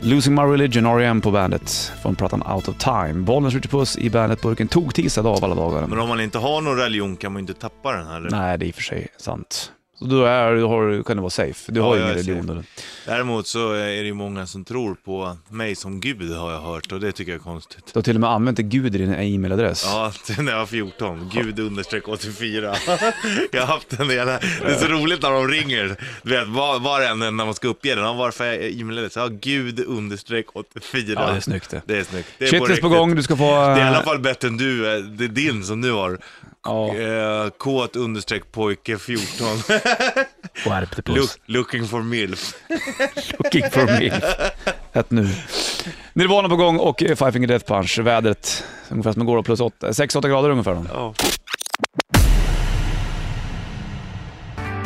Losing My Religion, R.E.M. på bandet från plattan Out of Time. Bollens Ritchie Puss i bandet-burken tog tisdag dag av alla dagar. Men om man inte har någon religion kan man ju inte tappa den heller. Nej, det är i och för sig sant. Så då är, då har, kan du vara safe. Du har Ja, ju jag ingen är religion. safe. då. Däremot så är det ju många som tror på mig som gud har jag hört och det tycker jag är konstigt. Du har till och med använt en gud i din e-mailadress. Ja, när jag var 14. Gud understreck 84. Jag har haft en del. Det är så roligt när de ringer. Du vet, var, var en när man ska uppge den. Ja, Varför är e-mailen så? Ja, Gud understreck 84. Ja, det är snyggt det. Det är snyggt. Det är Shitlist på riktigt. gång, du ska få... Det är i alla fall bättre än du, eh, det är din som du har. Ja. Eh, kåt understreck pojke 14. Skärp dig Look, looking for milf. Looking for me. Hett nu. Nirvana på gång och eh, Five Finger Death Punch. Vädret ungefär som igår, plus 6-8 grader ungefär. Då. Ja.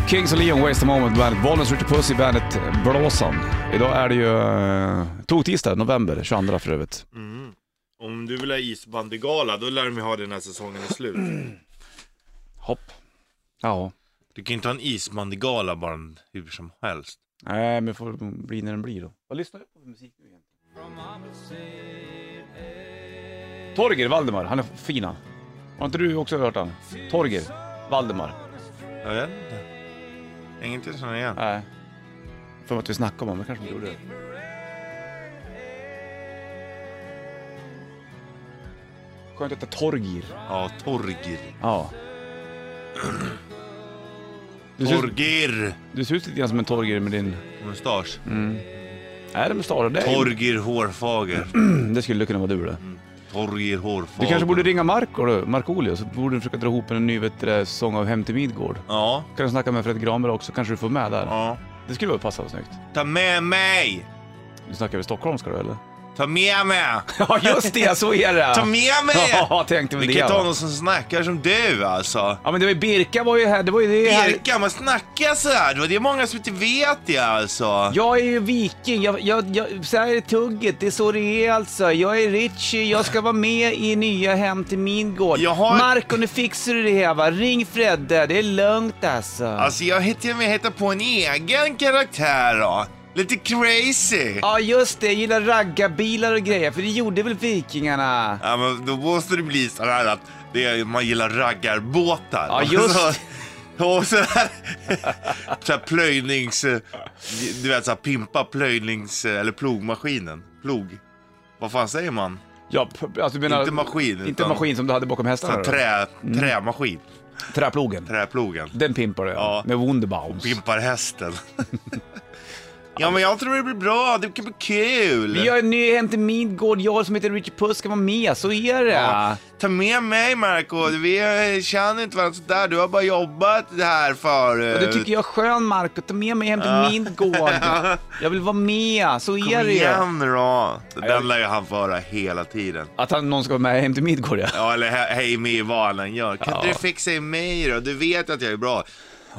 Kings och Leon, Waste a Moment, bandet Bollnäs, Ritchie Puss i bandet Blåsan. Idag är det ju eh, tog-tisdag, november, 22 för övrigt. Om du vill ha isbandygala, då lär de ju ha det när säsongen är slut. Hopp. Ja. Du kan ju inte ha en isbandygala bara en- hur som helst. Nej, men det får bli när den blir då. Vad lyssnar du på för musik nu egentligen? Torger Valdemar, han är fin han. Har inte du också hört han? Torger Valdemar. Jag vet inte. Inget jag känner igen. Nej. För att vi snackade om honom, kanske vi gjorde det. Skönt att det är Torgir. Ja, Torgir. Ja. Du ser, ut- Torgir! du ser ut lite grann som en Torgir med din... Mustasch. Är det mustasch? Det, är- Torgir Hårfager. det skulle kunna vara du det. Torgir Hårfager. Du kanske borde ringa Marco då, Markoolio, så borde du försöka dra ihop en ny vet du, det, säsong av Hem till Midgård. Ja, Kan du snacka med Fred Granberg också, kanske du får med där. ja. Det skulle väl passa snyggt. Ta med mig! Du snackar väl stockholmska då eller? Ta med mig! Ja just det, så är det! Ta med mig! Ja, tänkte väl Vi det. kan ju ta va? någon som snackar som du alltså. Ja men det var ju Birka var ju här, det var ju det här. Birka, man snackar så här. Det är många som inte vet det alltså. Jag är ju viking, jag, jag, jag, så här är tugget, det är så det är alltså. Jag är Richie, jag ska vara med i nya Hem till min gård. Jag har- Marco, nu fixar du det här va. Ring Fredde, det är lugnt alltså. Alltså jag hittar mig hitta på en egen karaktär då. Lite crazy. Ja just det, jag gillar raggarbilar och grejer, för det gjorde väl vikingarna? Ja, men då måste det bli så här att det är, man gillar raggarbåtar. Ja, just Och så- Och så här, så här plöjnings... eh, Du vet, så här, pimpa plöjnings... eh, Eller plogmaskinen. Plog. Vad fan säger man? Ja, p- alltså du menar... Inte maskin, Inte utan- maskin Mm. som du hade bakom Så här, hästarna? då? trä, trämaskin. Träplogen. Träplogen. Den pimpar du ja. Ja. Med Wunderbaums. Pimpar hästen. ja, men jag tror det blir bra. Det kan bli kul. Vi har en ny Hem till Midgård, jag som heter Richie Puss ska vara med, så är det. Ja. Ta med mig Marco, vi eh, känner inte varandra sådär. Du har bara jobbat här förut. Och du tycker jag är skön Marco, ta med mig hem till min gård. Jag vill vara med, så är Kom det ju. igen då. Den lär ju han föra hela tiden. Att han, någon ska vara med hem till Midgård ja. Ja, eller he- hej med i valen. Ja, kan Ja. inte du fixa i mig då? Du vet att jag är bra.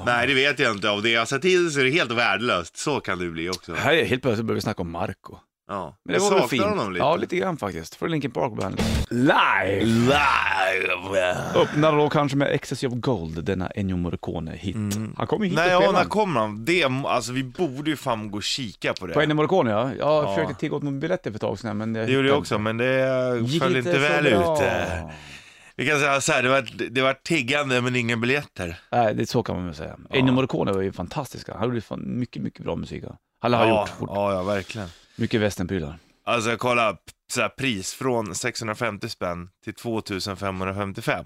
Nej, det vet jag inte. Av det jag sett till så är det helt värdelöst. Så kan du bli också. Här är helt plötsligt börjar vi snacka om Marco. Ja. Men det jag var väl saknar fint? honom lite. Ja, lite grann faktiskt. För Linkin Park Band. Live! Live! Öppnar då kanske med Ecstasy of Gold, denna Ennio Morricone-hit. Han kommer ju hit Mm. Nej, och ja, spelar. när kommer han? Det, alltså, vi borde ju fan gå och kika på det. På Ennio Morricone ja. Jag Ja. försökte tigga åt mig biljetter för ett tag sedan men eh, Det gjorde jag också, men det Gick föll inte så väl bra. ut. eh. Vi kan säga så här, det var, det var tiggande men inga biljetter. Nej, det, så kan man väl säga. Ennio Morricone var ju fantastisk. Han gjorde fan mycket, mycket bra musik. han. Han har ja, gjort fort. ja, ja, verkligen. mycket västernprylar. Alltså jag kollade p- så här, pris från 650 spänn till 2555.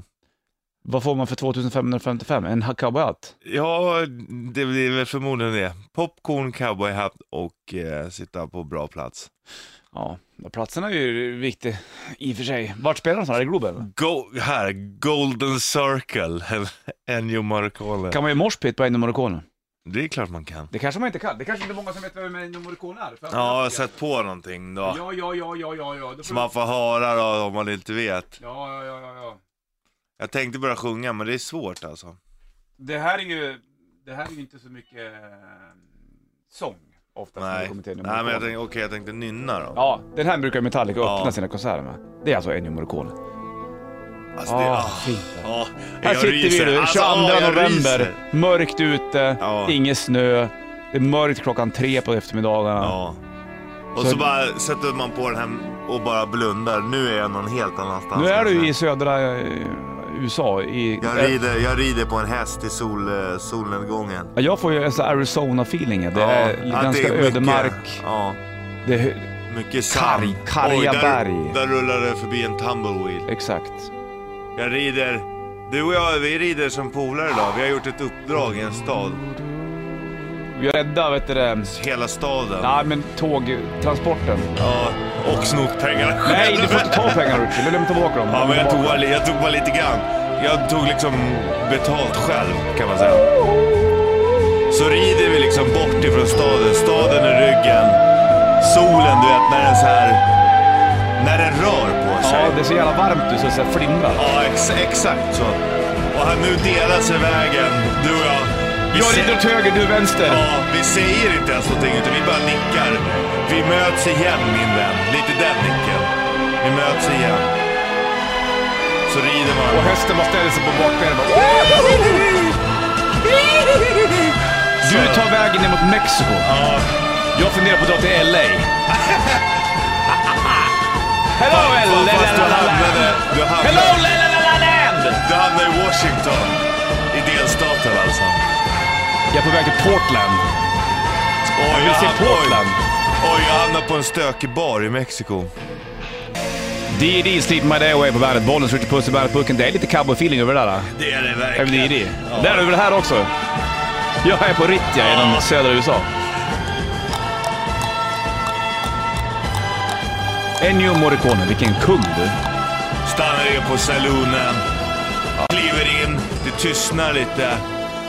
Vad får man för 2555? En hackabout? Ja, det blir väl förmodligen det. Popcorn, cowboyhatt och eh, sitta på bra plats. Ja, platsen är ju viktig i och för sig. Vart spelar de så här? I Globen? eller? Go, här, Golden Circle, Ennio Morricone. Kan man ju morspit på Ennio Morricone? Det är klart man kan. Det kanske man inte kan. Det kanske inte är många som vet vem Ennio Morricone är. För Ja, sätt på någonting då. Ja, ja, ja, ja, ja, ja. Då får Så du- man får höra då om man inte vet. Ja, ja, ja, ja, ja. Jag tänkte börja sjunga, men det är svårt alltså. Det här är ju, det här är ju inte så mycket eh, sång ofta. när det Nej, kommer till Nej Ennio men jag Morricone. tänkte, okej, jag tänkte nynna då. Ja, den här brukar Metallica öppna Ja. sina konserter med. Det är alltså Ennio Morricone. Alltså, det, Ja, ah, fint. ah, Här jag sitter ryser. vi nu, 22 Alltså, ah, jag november, ryser. mörkt ute, Ja. ingen snö. Det är mörkt klockan tre på eftermiddagarna. Ja. Och så bara sätter man på den här och bara blundar. Nu är jag någon helt annanstans. Nu är du i södra eh, USA. I, alltså, Jag rider, jag rider på en häst i sol, eh, solnedgången. Ja, Jag får ju en sån här Arizona-feeling. Det är att det ganska är mycket- ödemark. Ja, Det är, hö- mycket sand. Karg- karga Oj, där, berg. Där rullar det förbi en tumbleweed. exakt. Jag rider, du och jag, vi rider som polare idag. Vi har gjort ett uppdrag i en stad. Vi är rädda, vet du det. Hela staden. Nej, men tågtransporten. Ja, och snott pengarna Nej, själv. du får inte ta pengar Richie. Du lämnar tillbaka dem. Ja, men jag tog, bara li- jag tog bara lite grann. Jag tog liksom betalt själv, kan man säga. Så rider vi liksom bort ifrån staden. Staden i ryggen. Solen, du vet, när den så här... När den rör på sig. Ja, det är så jävla varmt du så det så här flimrar. Ja, ex exakt så. Och här, nu delar sig vägen, du och jag. Vi Jag ser- rider åt höger, du vänster. Ja, vi säger inte ens någonting utan vi bara nickar. Vi möts igen min vän. Lite den nicken. Vi möts igen. Så rider Och man. hästen bara ställer sig på bakbenen och bara... Du tar vägen ner mot Mexiko. Ja, Jag funderar på att dra till LA. Hello, LA! fast du hamnade, du, Hello, hamnade, la, la, la, la, land! du hamnade i Washington. I delstaten alltså. Jag är på väg till Portland. Oj, Jag vill se ham- Portland. Oj, oj, jag hamnade på en stökig bar i Mexiko. D.E.D. Sleep My Day Away på bandet. Bollens Ritchie Puss i bandet-burken. Det är lite cowboy-feeling över det där. Det är det Även verkligen. D.E.D. Det är det över det här också. Jag är på Rittia i den södra USA. Ennio Morricone, vilken kung du. Stannar in på saloonen. Kliver in. Det tystnar lite.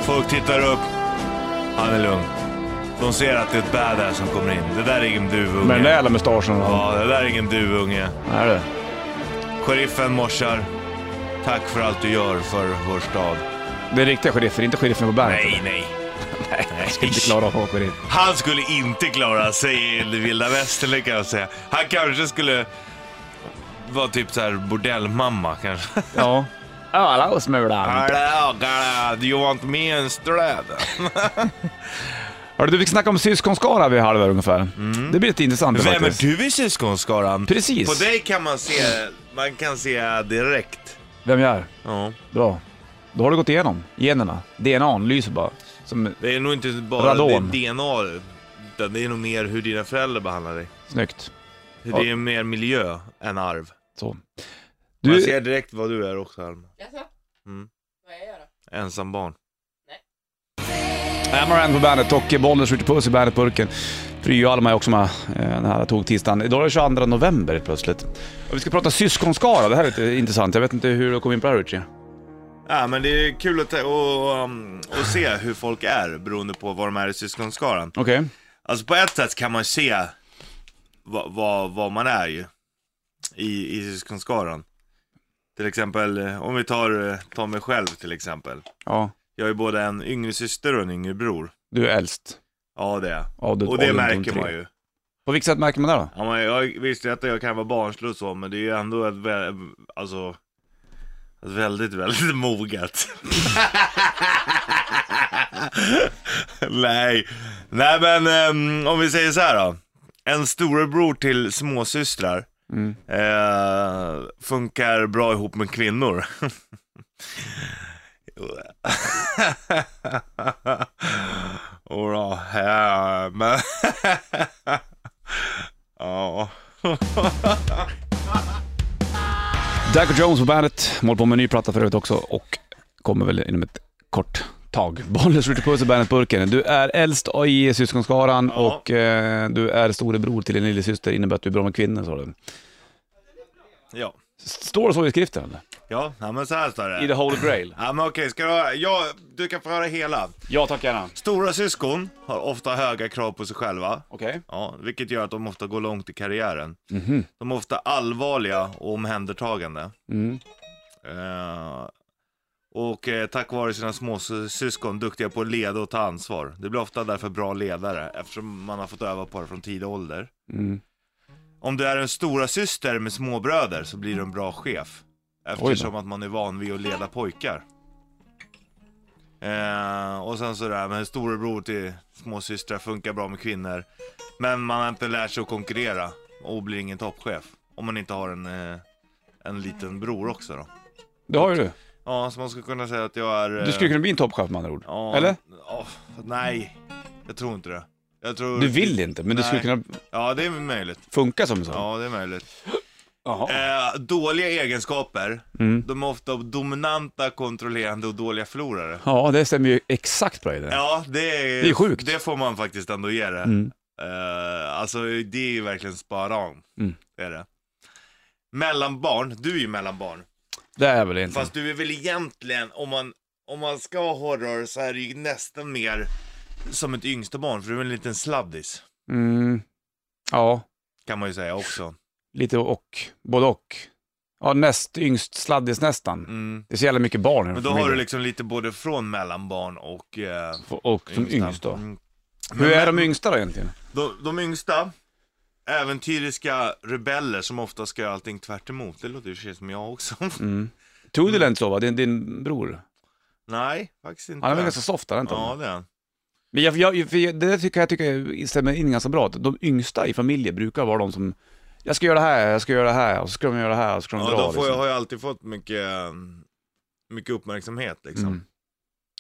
Folk tittar upp. Han är lugn. De ser att det är ett badass som kommer in. Det där är ingen duvunge. Med den där jävla mustaschen. Ja. Ja, det där är ingen duvunge. Är det? Sheriffen morsar. Tack för allt du gör för vår stad. Det är riktiga sheriffer, inte sheriffen på bandet. Nej, nej. Jag skulle inte klara av att åka dit. Han skulle inte klara sig i det vilda västern, det kan jag säga. Han kanske skulle vara typ så här bordellmamma kanske. Ja. Hallå Smulan! Hallå, hallå, do you want me instead? Hörru du, vi fick snacka om syskonskara vid halv här ungefär. Det blir lite intressant det Mm. Vem faktiskt. är du i syskonskaran? Precis. På dig kan man se, man kan se direkt. Vem jag är? Ja. Bra. Då har du gått igenom generna. DNAn lyser bara. Som... Det är nog inte bara Radon. ditt DNA, utan det är nog mer hur dina föräldrar behandlar dig. Snyggt. Det är mer miljö än arv. Så. Man Du, ser direkt vad du är också, Alma. Jaså? Mm. Vad jag gör då? Ensam barn. Amaran på bandet och Bollnäs skjuter puss i bandetburken. Pryo och Alma är också med eh, den här tågtisdagen. Idag är det 22 november plötsligt. Och vi ska prata syskonskara, det här är lite intressant. Jag vet inte hur du kom in på det här Richie. Ja, men det är kul att, ta- och, um, och se hur folk är beroende på vad de är i syskonskaran. Okej. Alltså på ett sätt kan man se vad, vad, vad man är ju i, i syskonskaran. Till exempel, eh, om vi tar, eh, tar mig själv till exempel. Ja. Jag är både en yngre syster och en yngre bror. Du är äldst. Ja det är jag. Ja, du- Och det ja, du- märker tre. man ju. På vilket sätt märker man det då? Ja, men jag visste att jag kan vara barnslig och så, men det är ju ändå ett, vä- alltså, ett väldigt, väldigt moget. Nej. Nej men ehm, om vi säger så här då. En storebror till småsystrar Mm. eh, funkar bra ihop med kvinnor. Ora, ja, men... ja. Daco Jones på bandet, mål på med en ny platta för övrigt också och kommer väl inom ett kort tag. Bollnäs skjuter puss i bandet-burken. Du är äldst i syskonskaran Ja. och eh, du är storebror till din lillasyster, innebär att du är bra med kvinnor sa du. Ja, Står det så i skriften eller? ja ja, men så här står det. I the holy grail? Ja men okej, ska du höra? Ja, du kan få höra hela. Ja tack gärna. Stora syskon har ofta höga krav på sig själva. Okej. Ja, vilket gör att de ofta går långt i karriären. De är ofta allvarliga och omhändertagande. Mm. Eh, och eh, tack vare sina småsyskon duktiga på att leda och ta ansvar. Det blir ofta därför bra ledare eftersom man har fått öva på det från tidig ålder. Mm. Om du är en stora syster med småbröder så blir du en bra chef. Eftersom att man är van vid att leda pojkar. Eh, och sen sådär, men storebror till småsystrar funkar bra med kvinnor. Men man har inte lärt sig att konkurrera och blir ingen toppchef. Om man inte har en, eh, en liten bror också då. Det har ju du. Ja, så man skulle kunna säga att jag är... eh, Du skulle kunna bli en toppchef med andra ord. ja, Eller? ja, nej, jag tror inte det. Jag tror... Du vill inte, men du skulle Nej. kunna Ja, det är möjligt. funka som en sån. Ja, det är möjligt. Jaha. Eh, dåliga egenskaper, Mm. de är ofta dominanta, kontrollerande och dåliga förlorare. Ja, det stämmer ju exakt bra i det. Ja, det är, Det är sjukt. Det får man faktiskt ändå ge det. Mm. Eh, alltså det är ju verkligen spara om. Mm. Det är det. Mellanbarn, du är ju mellanbarn. Det är väl egentligen. Fast du är väl egentligen, om man, om man ska ha horror så är det ju nästan mer som ett yngsta barn, för du är en liten sladdis. Mm. Ja, Kan man ju säga också. lite och. Både och. Ja, näst yngst sladdis nästan. Mm. Det är så jävla mycket barn i den Men då familjen. har du liksom lite både från mellanbarn och... Eh, Och som yngsta. yngst då. Mm. Hur är Men- de yngsta då egentligen? De, de yngsta, äventyriska rebeller som ofta ska göra allting tvärt emot. Det låter ju i och för sig som jag också. Mm. Tudel så va? Din, din bror? Nej, faktiskt inte. Han är väl ganska soft är han inte? Ja, det är han. Men jag, jag, för jag, det där tycker jag, tycker stämmer in ganska bra. Att de yngsta i familjer brukar vara de som, jag ska göra det här, jag ska göra det här, och så ska de göra det här, och så ska de Ja, dra. de får, liksom. har ju alltid fått mycket, eh, mycket uppmärksamhet liksom. Mm.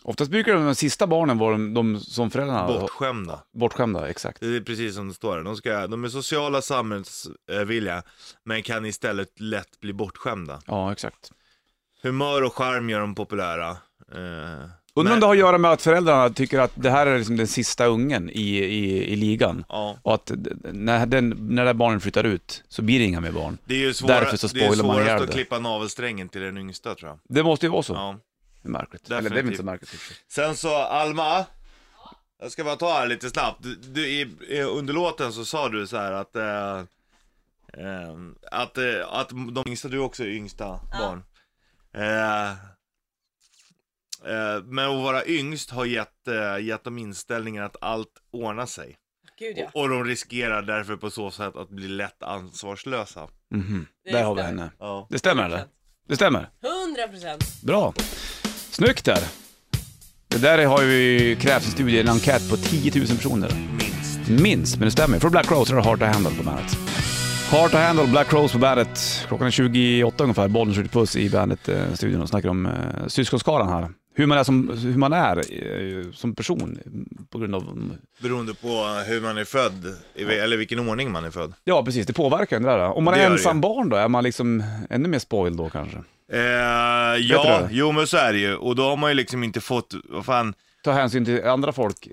Oftast brukar de, de sista barnen vara de, de som föräldrarna Bortskämda. bortskämda, exakt. Det är precis som det står där. De, ska, de är sociala samhällsvilliga, men kan istället lätt bli bortskämda. Ja, exakt. Humör och charm gör dem populära. Eh, Undrar om men- det har att göra med att föräldrarna tycker att det här är liksom den sista ungen i, i, i ligan. Ja, Och att d- när, den, när det här barnen flyttar ut så blir det inga mer barn. det är ju Därför så svårast, det är ju spoilar man ihjäl svårast att det. klippa navelsträngen till den yngsta tror jag. Det måste ju vara så. Ja. Det är märkligt. Eller det är väl inte så märkligt. Sen så, Alma. Jag ska bara ta här lite snabbt. Du, du, i, i, under låten så sa du så här att... Eh, eh, att, eh, att de yngsta, du är också yngsta barn. Eh, eh, men att vara yngst har gett, eh, gett dem inställningen att allt ordnar sig. Gud ja. Och de riskerar därför på så sätt att bli lätt ansvarslösa. Mhm. Det Där har vi stämmer. henne. Ja. Det stämmer eller? Det stämmer. 100 procent. Bra. Snyggt där. Det där har ju krävts i studien, en enkät på 10 000 personer. Minst. Minst, men det stämmer. För Black Rose har Heart to Handle på bandet. Heart to Handle, Black Rose på bandet. Klockan är 28 ungefär, bollen skjuter puss i bandet-studion och snackar om eh, syskonskaran här. Hur man är, som, hur man är eh, som person på grund av... Beroende på hur man är född, i- eller vilken ordning man är född. Ja, precis. Det påverkar ju det där. Om man Det är gör det. ensam barn då, är man liksom ännu mer spoiled då kanske? Eh, Vet du ja, det? jo men så är det ju. Och då har man ju liksom inte fått, vad fan. Ta hänsyn till andra folk.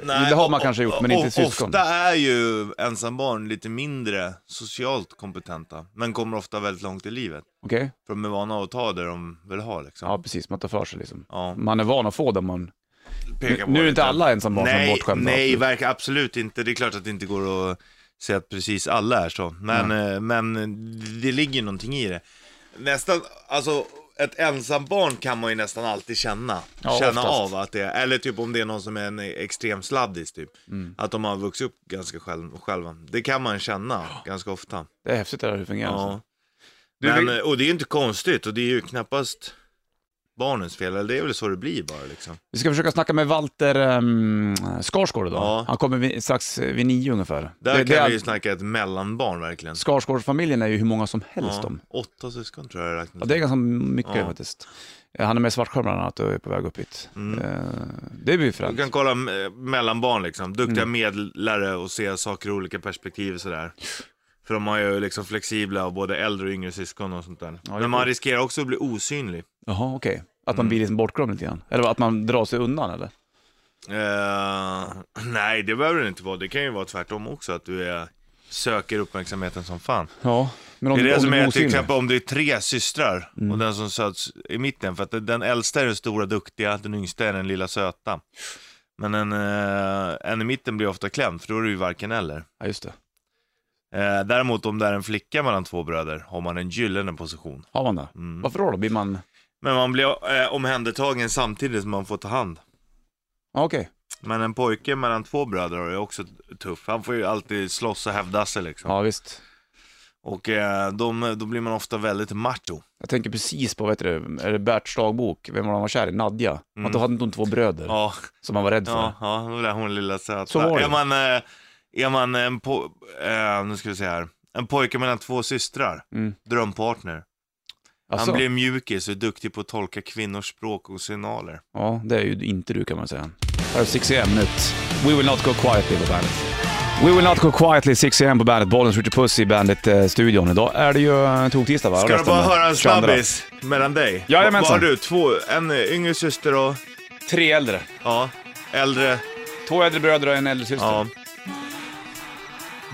Eh, det har man o- kanske gjort, men o- inte syskon. Ofta är ju ensambarn lite mindre socialt kompetenta, men kommer ofta väldigt långt i livet. Okej? För de är vana att ta det de vill ha liksom. Ja, precis. Man tar för sig liksom. Ja, Man är van att få det man... peka på Nu är det inte lite. alla ensambarn som är Nej, bortskämda. nej absolut. verkar absolut inte. Det är klart att det inte går att säga att precis alla är så. Men, eh, men det ligger någonting i det. Nästan, alltså ett ensambarn kan man ju nästan alltid känna. Ja, känna oftast. av att det är, eller typ om det är någon som är en extrem sladdis typ. Mm. Att de har vuxit upp ganska själv, själva. Det kan man känna ganska ofta. Det är häftigt det där hur det fungerar. Ja. alltså. Du, men, vi- eh, Och det är ju inte konstigt och det är ju knappast barnens fel. Eller det är väl så det blir bara liksom. Vi ska försöka snacka med Walter um, Skarsgård idag. Ja. Han kommer vid, strax vid nio ungefär. Där Det- det kan är- vi ju snacka ett mellanbarn verkligen. Skarsgårdsfamiljen är ju hur många som helst om. Åtta syskon tror jag jag räknade. Ja, det är ganska mycket Ja. faktiskt. Eh, Han är med i Svartsjö bland annat och är på väg upp hit. Mm. Eh, Det blir ju Du fränt. kan kolla eh, mellan barn liksom, duktiga Mm. medlare och se saker ur olika perspektiv och sådär. För de har ju liksom flexibla och både äldre och yngre syskon och sånt där. Ja, det- Men man riskerar också att bli osynlig. Jaha, okej. Att Mm. man blir liksom bortglömd lite grann? Eller att man drar sig undan eller? Eh, nej, det behöver det inte vara. Det kan ju vara tvärtom också, att du är, söker uppmärksamheten som fan. Ja, men om, det är det om som du är blir till osynlig. exempel om det är tre systrar och den som söts i mitten. För att den äldsta är den stora duktiga, den yngsta är den lilla söta. Men en, eh, en i mitten blir ofta klämd, för då är det ju varken eller. Ja, just det. Eh, däremot om det är en flicka mellan två bröder har man en gyllene position. Mm. Har man det? Varför då? då? Blir man... Men man blir eh, omhändertagen samtidigt som man får ta hand. Ja, okej. Men en pojke mellan två bröder är också tuff. Han får ju alltid slåss och hävda sig liksom. Ja, visst. Och eh, de, då blir man ofta väldigt macho. Jag tänker precis på, vet du, är det Berts dagbok? Vem var han var kär i? Nadja? Mm. Då hade de två bröder Ja, som man var rädd för. ja, ja det där hon lilla söta. Så var det. Är man, eh, är man en, po- eh, nu ska vi se här. en pojke mellan två systrar, Mm. drömpartner. Alltså, Han blir mjukis och duktig på att tolka kvinnors språk och signaler. Ja, det är ju inte du kan man säga. Här är 6 am nytt. We will not go quietly på bandet. We will not go quietly 6 am på bandet. Bollen skjuter puss i bandet-studion. Idag är det ju eh, toktisdag va? Ska du Resten bara av- höra en 22. snabbis mellan dig? Jajamensan. Vad har du? Två, en eh, yngre syster och Tre äldre. ja, äldre. Två äldre bröder och en äldre syster. Ja.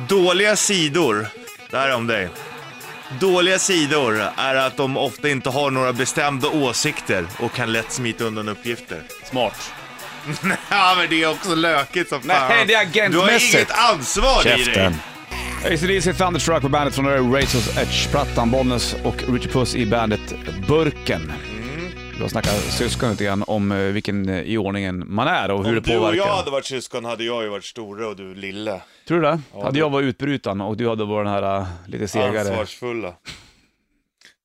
Dåliga sidor, det här är om dig. Dåliga sidor är att de ofta inte har några bestämda åsikter och kan lätt smita undan uppgifter. Smart. ja, men det är också lökigt som fan. Nej, det är Du har agentmässigt. inget ansvar i dig. Käften. ACDC Thunderstruck på bandet från Razors Edge-plattan. Bollnäs och Richie Puss i bandet Burken. Mm. Vi har snackat syskon lite grann om eh, vilken eh, i ordningen man är och hur det du påverkar. och jag hade varit syskon hade jag ju varit stora och du lille. Tror du det? hade jag varit utbrytaren och du hade varit den här eh, lite segare... Ansvarsfulla.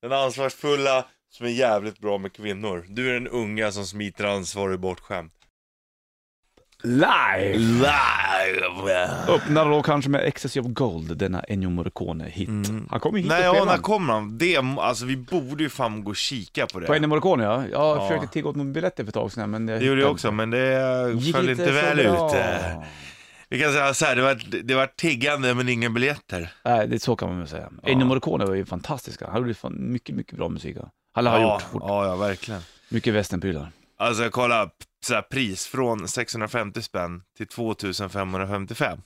Den ansvarsfulla som är jävligt bra med kvinnor. Du är den unga som smiter ansvar och är bortskämd. Live! Live! Öppnar då kanske med Ecstasy of Gold, denna Ennio Morricone-hit. Han kommer hit Mm. Nej, och ja, spelar. när kom han? Det, alltså vi borde ju fan gå och kika på det. På Ennio Morricone ja. Jag Ja. försökte tigga åt mig biljetter för ett tag sedan men jag det gjorde jag hittade också, men det inte. Gick föll inte inte så väl bra. ut. eh. Vi kan säga så här, det var, det var tiggande men inga biljetter. Nej, det, så kan man väl säga. Ennio Morricone var ju fantastisk. Han gjorde fan mycket, mycket bra musik. han. Han har ja, gjort fort. ja, ja, verkligen. Mycket västernprylar. Alltså kolla, p- så här, pris från 650 spänn till 2555.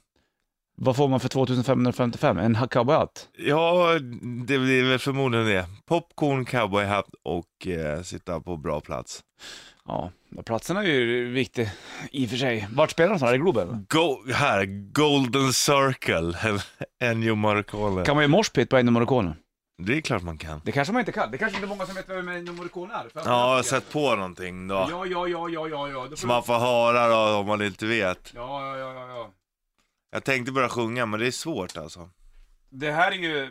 Vad får man för 2555? En ha- cowboyhatt? Ja, det blir väl förmodligen det. Popcorn, cowboyhatt och eh, sitta på bra plats. Ja, platsen är ju viktig i och för sig. Vart spelar de så här? Är det Globen? Go, här, Golden Circle, Ennio Morricone. Kan man ju morspit på Ennio Morricone? Det är klart man kan. Det kanske man inte kan. Det kanske inte är många som vet vem Ennio Morricone är. Ja, jag har sett på någonting då. Ja, ja, ja, ja, ja, ja. Som man får höra då, om man inte vet. Ja, ja, ja, ja, ja. Jag tänkte börja sjunga, men det är svårt alltså. Det här är ju,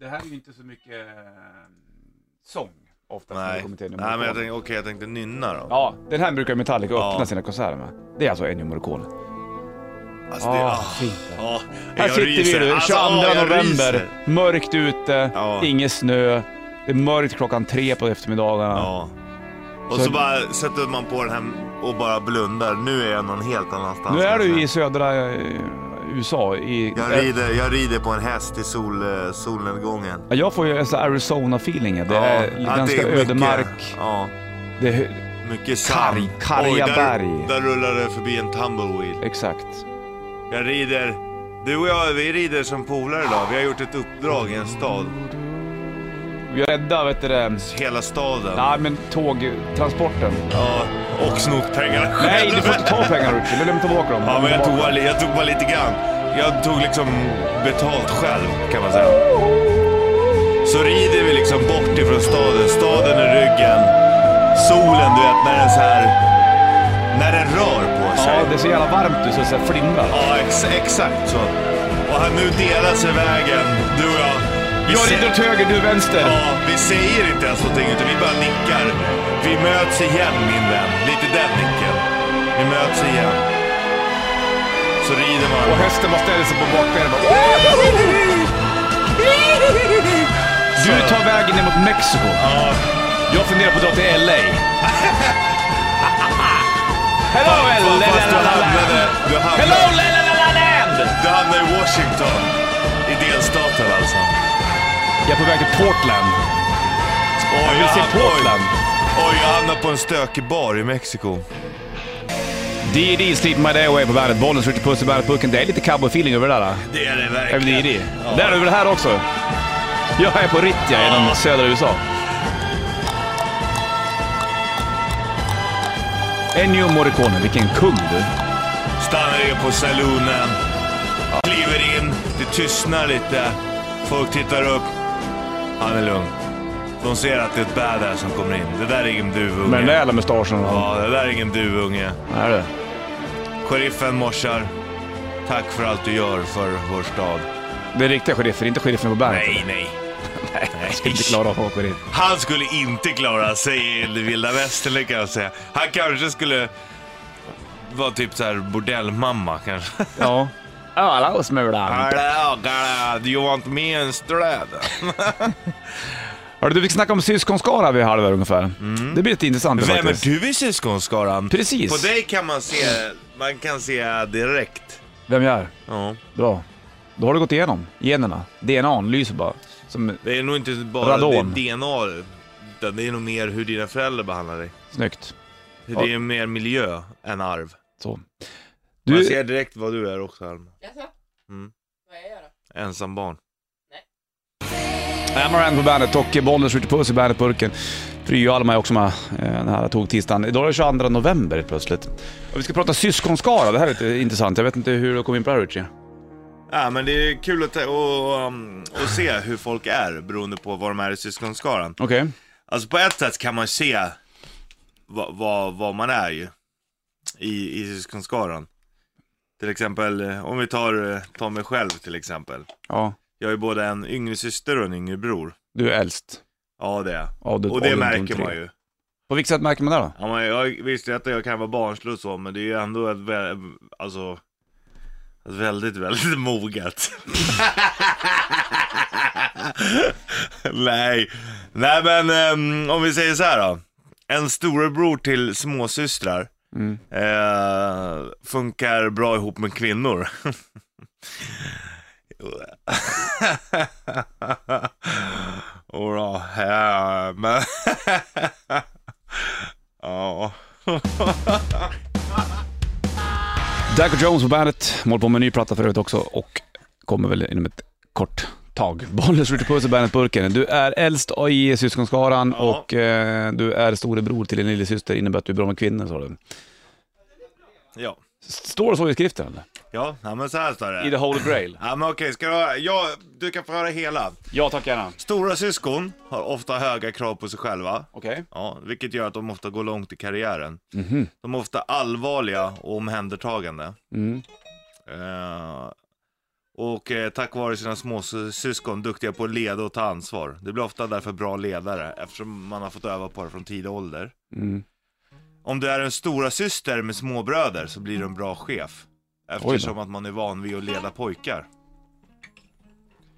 det här är ju inte så mycket eh, sång oftast när det Nej, kommer till Nej Ennio men Morricone. jag tänkte, okej, jag tänkte nynna då. Ja, den här brukar Metallica öppna Ja. sina konserter med. Det är alltså Ennio Morricone. Alltså, det, Ah, ah, fint. ah, Här jag sitter ryser. vi nu, 22 Alltså, ah, jag november, ryser. mörkt ute, Ja. ingen snö, det är mörkt klockan tre på eftermiddagarna. Ja. Och Så- så, bara sätter man på den här och bara blundar. Nu är jag någon helt annanstans. Nu är kanske. du i södra eh, USA. I, Alltså. Jag rider, jag rider på en häst i sol, eh, solnedgången. Ja, jag får ju en sån här Arizona-feeling. Det är ja, ganska det är mycket- ödemark. Ja, Det är, hö- mycket sand. Karg- karga Oj, där, berg. Där rullar det förbi en tumbleweed. exakt. Jag rider. Du och jag, vi rider som polare idag. Vi har gjort ett uppdrag i en stad. Vi är rädda, vet du det. Hela staden. Nej, men tågtransporten. Ja, och snott pengarna Nej, själv. du får inte ta pengar Richie. Du lämnar tillbaka dem. Ja, men jag tog, bara, li- jag tog bara lite grann. Jag tog liksom betalt själv kan man säga. Så rider vi liksom bort ifrån staden. Staden i ryggen. Solen, du vet, när den så här... När den rör på sig. Ja, det är så jävla varmt du så det så här flimrar. Ja, ex, exakt så. Och här nu delar sig vägen, du och jag. Vi Jag ser- rider åt höger, du vänster. Ja, vi säger inte ens någonting utan vi bara nickar. Vi möts igen min vän. Lite den nicken. Vi möts igen. Så rider man. Och hästen bara ställer sig på bakbenen och bara... Du tar vägen ner mot Mexiko. Ja, Jag funderar på att dra till LA. Hello fast LA! du hamnade, du Hello hamnade, la, la, la, la, land! du hamnade i Washington. I delstaten alltså. Jag är på väg till Portland. Oj, Vi ser ham- Portland. Oj, oj, jag hamnade på en stökig bar i Mexiko. D.E.D. Sleep My Day Away på bandet. Bollen skjuter puss i bandetburken. Det är lite cowboy-feeling över det där. Det är det Även verkligen. D.E.D. Det är det över det här också. Jag är på Ritja genom södra USA. Ennio Morricone, vilken kung du. Stannar in på saloonen. Kliver in. Det tystnar lite. Folk tittar upp. Han är lugn. De ser att det är ett badass som kommer in. Det där är ingen duvunge. Med den där jävla mustaschen. Ja. Ja, det där är ingen duvunge. Är det? Sheriffen morsar. Tack för allt du gör för vår stad. Den riktiga sheriffen, inte sheriffen på bandet. Nej, nej. Jag skulle inte klara av att vara sheriff. Han skulle inte klara sig i det vilda västern, det kan jag säga. Han kanske skulle vara typ så här bordellmamma kanske. Ja. Hallå Smulan! Hallå, hallå, do you want me instead? Hörru du, vi ska snacka om syskonskara vid halv här ungefär. Det blir lite intressant Mm. Vem är faktiskt. du i syskonskaran? Precis! På dig kan man se, man kan se direkt. Vem jag är? Ja. Bra. Då har du gått igenom generna. DNAn lyser bara. Som... Det är nog inte bara Radon. ditt DNA, utan det är nog mer hur dina föräldrar behandlar dig. Snyggt. Det är mer miljö än arv. Så. Du... Man Du, ser direkt vad du är också, Alma. Jaså? Mm. Vad jag gör då? Ensam barn. Amaran på bandet och bollen skjuter puss i bandetburken. Fry och Alma är också med eh, den här tog-tisdagen. Idag är det 22 november helt plötsligt. Och vi ska prata syskonskara, det här är lite intressant. Jag vet inte hur du kom in på det här Richie. Ja, men det är kul att, ta- och, um, och se hur folk är beroende på vad de är i syskonskaran. Okej. Alltså på ett sätt kan man se vad, vad, vad man är ju i, i syskonskaran. Till exempel, eh, om vi tar, eh, tar mig själv till exempel. Ja. Jag är både en yngre syster och en yngre bror. Du är äldst. Ja det är jag. Ja, du- Och ja, det du- märker tre. man ju. På vilket sätt märker man det då? Ja, men jag visste ju att jag kan vara barnslig och så, men det är ju ändå ett vä- alltså, ett väldigt, väldigt moget. Nej. Nej, men ehm, om vi säger så här då. En storebror till småsystrar Mm. eh, funkar bra ihop med kvinnor. Och då, ja, men... ja. Daco Jones på bandet, mål på med en ny platta för övrigt också och kommer väl inom ett kort tag. Bollnäs skjuter puss i bandet-burken. Du är äldst i syskonskaran Ja. och eh, du är storebror till din lillasyster, innebär att du är bra med kvinnor sa du. Ja. Står det så i skriften eller? Ja, ja, men så här står det. I the holy grail? Ja men okej, ska du, ha- ja, du kan få höra hela. Ja tack gärna. Stora syskon har ofta höga krav på sig själva, Okej. ja, vilket gör att de ofta går långt i karriären. De är ofta allvarliga och omhändertagande. Mm. Eh, och eh, tack vare sina småsyskon duktiga på att leda och ta ansvar. Det blir ofta därför bra ledare, eftersom man har fått öva på det från tidig ålder. Mm. Om du är en stora syster med småbröder så blir du en bra chef. Eftersom att man är van vid att leda pojkar.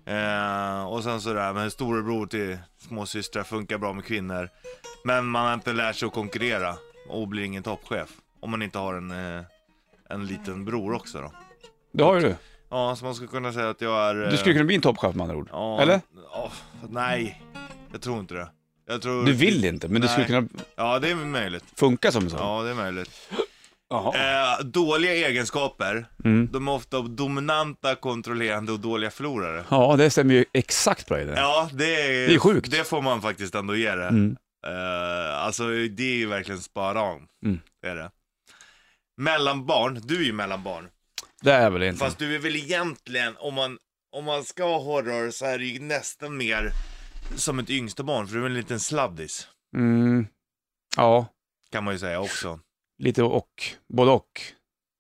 Eh, och sen sådär, men storebror till småsystrar funkar bra med kvinnor. Men man har inte lärt sig att konkurrera och blir ingen toppchef. Om man inte har en, eh, en liten bror också då. Det har ju Eh. du. Ja, så man skulle kunna säga att jag är... eh, Du skulle kunna bli en toppchef med andra ord. ja, Eller? ja, nej, jag tror inte det. Jag tror... Du vill inte, men du skulle Nej. kunna Ja, det är möjligt. funka som en sån. Ja, det är möjligt. Jaha. Eh, dåliga egenskaper. Mm. De är ofta dominanta, kontrollerande och dåliga förlorare. Ja, det stämmer ju exakt bra i det. Ja, det är, Det är sjukt. Det får man faktiskt ändå ge det. Mm. Eh, alltså, det är ju verkligen spara om. Mm. Det är det. Mellanbarn, du är ju mellanbarn. Det är väl inte. Fast du är väl egentligen, om man, om man ska hårdra det, så är det ju nästan mer som ett yngsta barn, för du är en liten sladdis. Mm. Ja. Kan man ju säga också. Lite och, både och.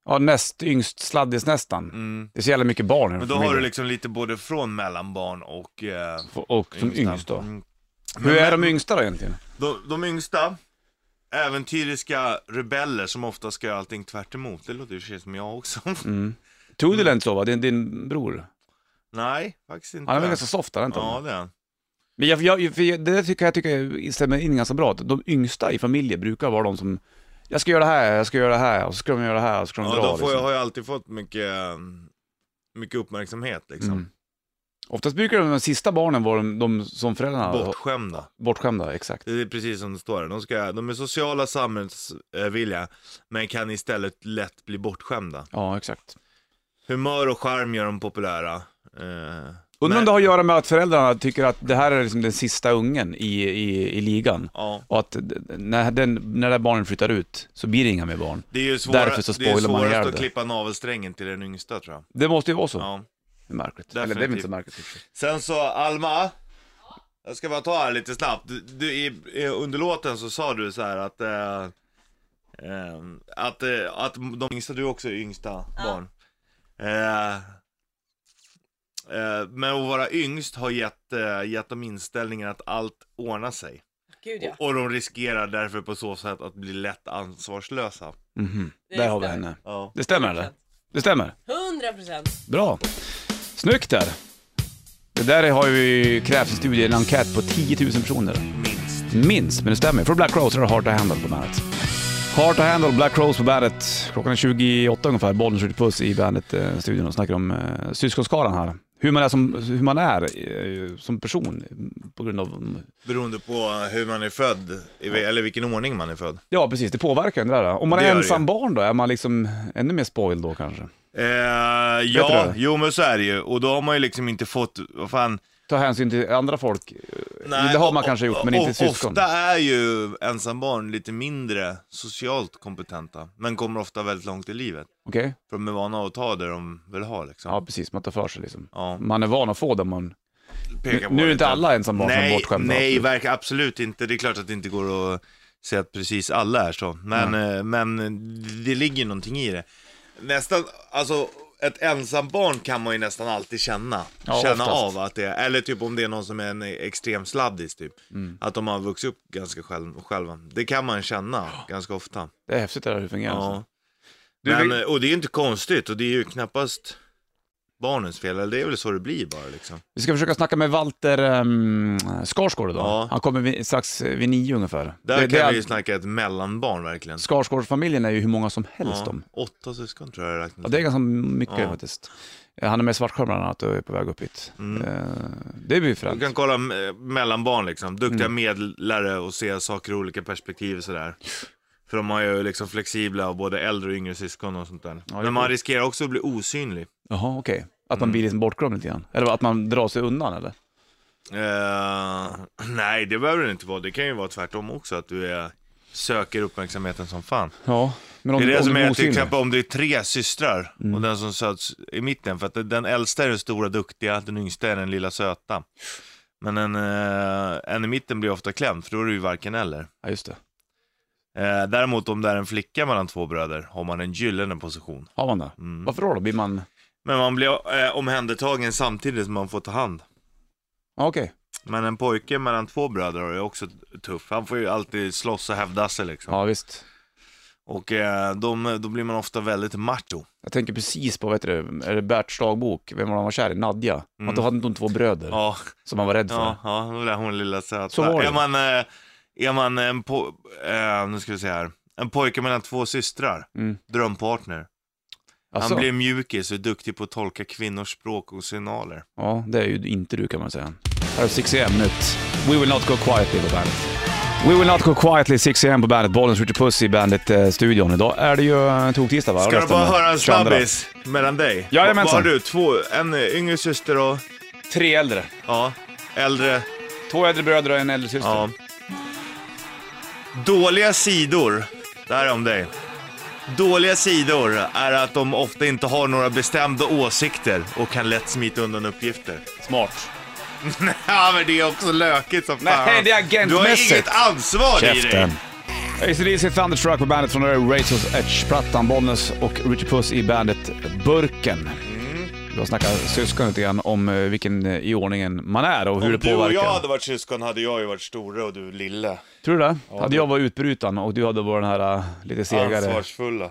Ja, näst yngst sladdis nästan. Mm. Det är så jävla mycket barn i Men den då har du familjen. liksom lite både från mellanbarn och... eh, Och som yngst då. Mm. Hur Men- är de yngsta då egentligen? De, de yngsta, äventyriska rebeller som ofta ska göra allting tvärt emot. Det låter ju precis som jag också. Mm. Tudel är inte så va? Din, din bror? Nej, faktiskt inte. Han är väl ganska soft, är han inte? Ja, det är han. Men jag, jag, för jag, det där tycker jag, tycker jag stämmer in ganska bra. att De yngsta i familjer brukar vara de som, jag ska göra det här, jag ska göra det här, och så ska de göra det här, och så ska de Ja, dra. de får, liksom. har ju alltid fått mycket, eh, mycket uppmärksamhet liksom. Mm. Oftast brukar de, de sista barnen vara de, de som föräldrarna Bortskämda. bortskämda, exakt. Det är precis som det står här. De, ska, de är sociala samhällsvilliga, men kan istället lätt bli bortskämda. Ja, exakt. Humör och charm gör dem populära. Eh, Undrar om men- det har att göra med att föräldrarna tycker att det här är liksom den sista ungen i, i, i ligan. Ja, Och att d- d- när, den, när det här barnen flyttar ut så blir det inga mer barn. det är ju svåra, Därför så det är spoilar man ihjäl svårast att det. klippa navelsträngen till den yngsta tror jag. Det måste ju vara så. Ja. Det är märkligt. Definitivt. Eller det är väl inte så märkligt. i och för sig. Sen så, Alma. Jag ska bara ta här lite snabbt. Du, du, i, i, under låten så sa du så här att... Eh, eh, att, eh, att de yngsta, du är också yngsta barn. Eh, Eh, Men att vara yngst har gett, eh, gett dem inställningen att allt ordnar sig. Gud ja. Och de riskerar därför på så sätt att bli lätt ansvarslösa. Mhm. Det Där har vi stämmer. henne. Ja. Det stämmer eller? Det stämmer. 100 procent. Bra. Snyggt där. Det där har ju krävts en studie, en enkät på 10 000 personer. Minst. Minst, men det stämmer. Från Black Crowes är det Heart to Handle på bandet. Heart to Handle, Black Crowes på bandet. Klockan är 28 ungefär, Bollnäs skjuter puss i bandet-studion och snackar om eh, syskonskaran här. Hur man är, som, hur man är eh, som person eh, på grund av... Beroende på hur man är född, i vi- eller vilken ordning man är född. Ja, precis. Det påverkar ju det där. Om man Det är gör det ensam ju. barn då, är man liksom ännu mer spoiled då kanske? Eh, Heter ja, det? jo men så är det ju. Och då har man ju liksom inte fått, vad fan. Ta hänsyn till andra folk. Eh, det har man o- kanske gjort, men o- inte syskon. Ofta är ju ensambarn lite mindre socialt kompetenta, men kommer ofta väldigt långt i livet. Okej? För de är vana att ta det de vill ha liksom. Ja, precis. Man tar för sig liksom. Ja, Man är van att få det man... peka på Nu är det. inte alla ensambarn som är Nej, bortskämda. nej absolut. verkar absolut inte. Det är klart att det inte går att säga att precis alla är så. Men, eh, men det ligger någonting i det. Nästan, alltså ett ensambarn kan man ju nästan alltid känna. Ja, känna oftast. av att det är, eller typ om det är någon som är en extrem sladdis typ. Mm. Att de har vuxit upp ganska själv, själva. Det kan man känna ganska ofta. Det är häftigt det där hur det fungerar. alltså. Ja. Du, Men, vi- eh, och det är ju inte konstigt och det är ju knappast barnens fel. Eller det är väl så det blir bara liksom. Vi ska försöka snacka med Walter um, Skarsgård idag. Ja. Han kommer vid, strax vid nio ungefär. Där Det- kan det är- vi ju snacka ett mellanbarn verkligen. Skarsgårdsfamiljen är ju hur många som helst om. Åtta syskon tror jag jag Ja, räknade. det är ganska mycket Ja. faktiskt. Eh, Han är med i Svartsjö bland annat och är på väg upp hit. Mm. Eh, Det blir ju Du fränt. kan kolla eh, mellanbarn liksom, duktiga Mm. medlare och se saker ur olika perspektiv och sådär. För de har ju liksom flexibla och både äldre och yngre syskon och sånt där. det är Men man coolt. riskerar också att bli osynlig. Jaha, okej. Att Mm. man blir liksom bortglömd lite grann. Eller att man drar sig undan eller? Eh, nej, det behöver det inte vara. Det kan ju vara tvärtom också, att du är, söker uppmärksamheten som fan. Ja, men om, det är det om som du är till osynlig. exempel om det är tre systrar och den som söts i mitten. För att den äldsta är den stora duktiga, den yngsta är den lilla söta. Men en, eh, en i mitten blir ofta klämd, för då är det ju varken eller. Ja, just det. Eh, däremot om det är en flicka mellan två bröder har man en gyllene position. Mm. Har man det? Varför då? då? Blir man... Men man blir eh, omhändertagen samtidigt som man får ta hand. Ja, okej. Men en pojke mellan två bröder är också tuff. Han får ju alltid slåss och hävda sig liksom. Ja, visst. Och eh, de, då blir man ofta väldigt macho. Jag tänker precis på, vet du, är det Berts dagbok? Vem var han var kär i? Nadja. Att då hade hon två bröder Mm. Ja, som han var rädd för. ja, ja då blir hon lilla söta. Så var det. Är man, eh, är man en, po- eh, nu ska vi se här. en pojke mellan två systrar, Mm. drömpartner. Alltså, Han blir mjukis och duktig på att tolka kvinnors språk och signaler. Ja, det är ju inte du kan man säga. Här är 6 am nytt. We will not go quietly på bandet. We will not go quietly 6 am på bandet. Bollen skjuter puss i bandet-studion. Idag är det ju eh, toktisdag va? Ska du bara höra en 22. snabbis mellan dig? Jajamensan. Vad har du? Två, en eh, yngre syster och Tre äldre. ja, äldre. Två äldre bröder och en äldre syster. Ja. Dåliga sidor, det här är om dig. Dåliga sidor är att de ofta inte har några bestämda åsikter och kan lätt smita undan uppgifter. Smart. ja, men det är också lökigt som fan. Nej, det är Du har agentmässigt. inget ansvar i dig. Käften. ACDC Thunderstruck på bandet från det är Razors Edge-plattan. Bollnäs och Richard Puss i bandet Burken. Mm. Vi har snackat syskon lite grann om eh, vilken eh, i ordningen man är och hur det du och påverkar. jag hade varit syskon hade jag ju varit stora och du lille. Tror du det? hade jag varit utbrytaren och du hade varit den här eh, lite segare... Ansvarsfulla.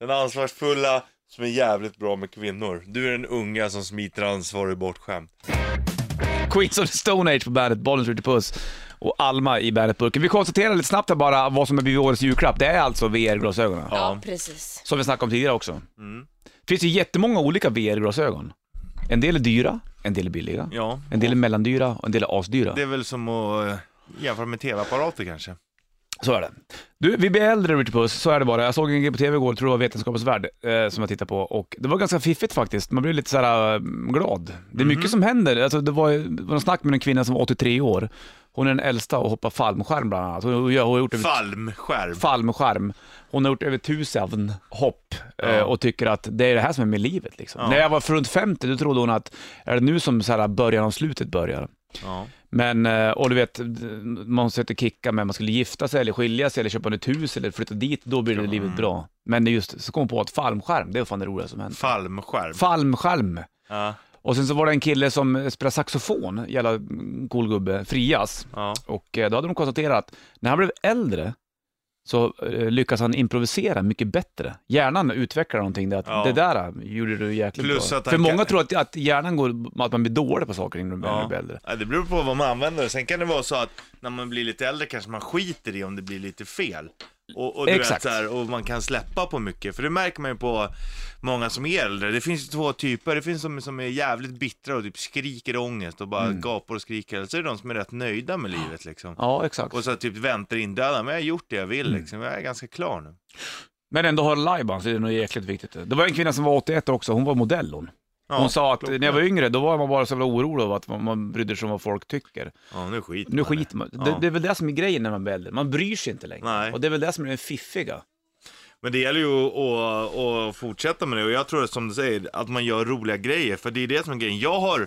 Den ansvarsfulla som är jävligt bra med kvinnor. Du är den unga som smiter ansvar och är bortskämd. Queens of the Stone Age på bandet, Bollens Ritty Puss och Alma i bandetburken. Vi konstaterar lite snabbt här bara vad som har blivit årets julklapp. Det är alltså VR-glasögonen. Ja, precis. Som vi snackade om tidigare också. Mm. Det finns ju jättemånga olika VR-glasögon. En del är dyra, en del är billiga. Ja, En del är mellandyra och en del är asdyra. det är väl som att eh, jämföra med tv-apparater kanske. Så är det. Du, vi blir äldre Ritty Puss, så är det bara. Jag såg en grej på TV igår, tror jag det var Vetenskapens Värld, eh, som jag tittade på. Och det var ganska fiffigt faktiskt. Man blev lite såhär eh, glad. Det är mycket som händer. Alltså, det var, det var en snack med en kvinna som var 83 år. Hon är den äldsta och hoppar fallskärm bland annat. Hon, hon, har gjort över, Falmskärm. fallskärm. Hon har gjort över tusen hopp eh, och tycker att det är det här som är med livet. Liksom. När jag var runt 50 då trodde hon att är det nu som så här, början av slutet börjar. Ja. Men, eh, och du vet, man försökte kicka med man skulle gifta sig eller skilja sig eller köpa nytt hus eller flytta dit, då blir det livet bra. Men det är just så kom hon på att fallskärm, det är fan det roligaste som händer. Falmskärm. Fallskärm. Ja. Och sen så var det en kille som spelade saxofon, jävla cool gubbe, Frias. Ja. Och eh, då hade de konstaterat att när han blev äldre så eh, lyckas han improvisera mycket bättre. Hjärnan utvecklar någonting, där, att Ja. det där eh, gjorde du jäkligt Plus bra. att han För kan- många tror att, att hjärnan går, att man blir dålig på saker när man Ja. blir äldre. Ja, det beror på vad man använder. Sen kan det vara så att när man blir lite äldre kanske man skiter i om det blir lite fel. Och, och, du vet, Exakt. så här, och man kan släppa på mycket, för det märker man ju på många som är äldre. Det finns ju två typer, det finns de som är jävligt bittra och typ skriker ångest och bara gapar och skriker. Eller så är det de som är rätt nöjda med livet liksom. Mm. Ja, exakt. Och så typ väntar in döden, men jag har gjort det jag vill Mm. liksom, jag är ganska klar nu. Men ändå har liveband, så det är nog jäkligt viktigt. Det var en kvinna som var 81 också, hon var modell hon. Ja, hon sa att klockan. när jag var yngre, då var man bara så jävla orolig över att man- man brydde sig om vad folk tycker. Ja, nu skiter Nu man i det. skiter man Ja. det, det är väl det som är grejen när man blir äldre, man bryr sig inte längre. Nej. Och det är väl det som är den fiffiga. Men det gäller ju att, att, att fortsätta med det och jag tror som du säger att man gör roliga grejer för det är det som är grejen. Jag har,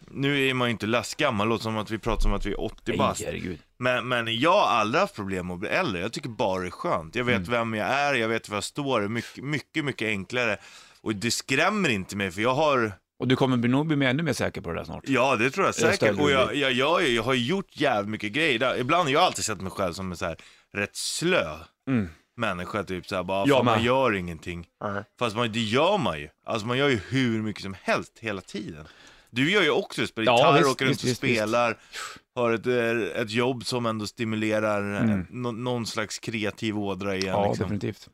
nu är man ju inte lastgammal, låter som att vi pratar om att vi är 80 bast. Nej, herregud. Men, men jag har aldrig haft problem med att bli äldre, jag tycker bara det är skönt. Jag vet vem jag är, jag vet var jag står, det är mycket, mycket, mycket enklare. Och det skrämmer inte mig för jag har, Och du kommer bli- nog bli ännu mer säker på det där snart. Ja, det tror jag Jag säkert. ställer Och jag, mig. jag, jag, jag har ju gjort jävligt mycket grejer. Där. Ibland har jag alltid sett mig själv som en så här rätt slö Mm. människa. Typ så här, bara, Jag fan, man med. gör ingenting. Fast man, det gör man ju. Alltså man gör ju hur mycket som helst hela tiden. Du gör ju också det, spelar Ja, gitarr, visst, åker runt och visst, visst, spelar, har ett, eh, ett jobb som ändå stimulerar mm. någon slags kreativ ådra igen. Ja, liksom. definitivt.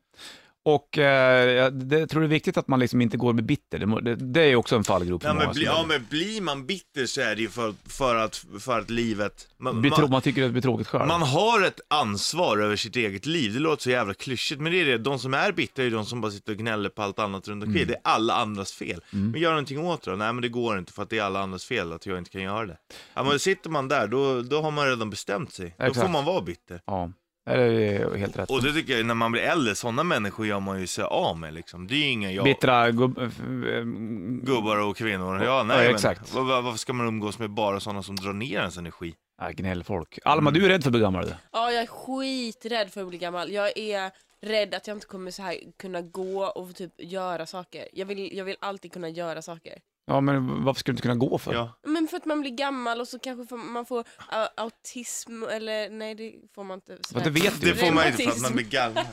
Och eh, jag det, tror det är viktigt att man liksom inte går med bitter. Det, må- det, det är ju också en fallgrop för Ja många. men, bli, som- ja men blir man bitter så är det ju för, för, att, för att livet... man- Blir man- trå- man tycker att det blir tråkigt själv. Man har ett ansvar över sitt eget liv, det låter så jävla klyschigt, men det är det, de som är bittra är ju de som bara sitter och gnäller på allt annat runt omkring, det är alla andras fel. Men gör någonting åt det då? Nej men det går inte för att det är alla andras fel att jag inte kan göra det. Ja men sitter man där, då, då har man redan bestämt sig. Då får Exakt. man vara bitter. Ja, det är helt rätt. Och det tycker jag, när man blir äldre, sådana människor gör man ju sig av med liksom. Det är ju inga jag, Bittra gubb... ehm, gubbar och kvinnor. Ja, Ja, nej, exakt. Men, var, var, varför ska man umgås med bara sådana som drar ner ens energi? Ja, gnällfolk. Alma, du är rädd för att bli gammal du. Ja, jag är skiträdd för att bli gammal. Jag är rädd att jag inte kommer så här kunna gå och typ göra saker. Jag vill, jag vill alltid kunna göra saker. Ja, men varför skulle du inte kunna gå för? Ja. Men för att man blir gammal och så kanske får- man får ä, autism eller nej det får man inte. Fast det vet du Det ju. får man ju inte för att Reumatism. man blir gammal.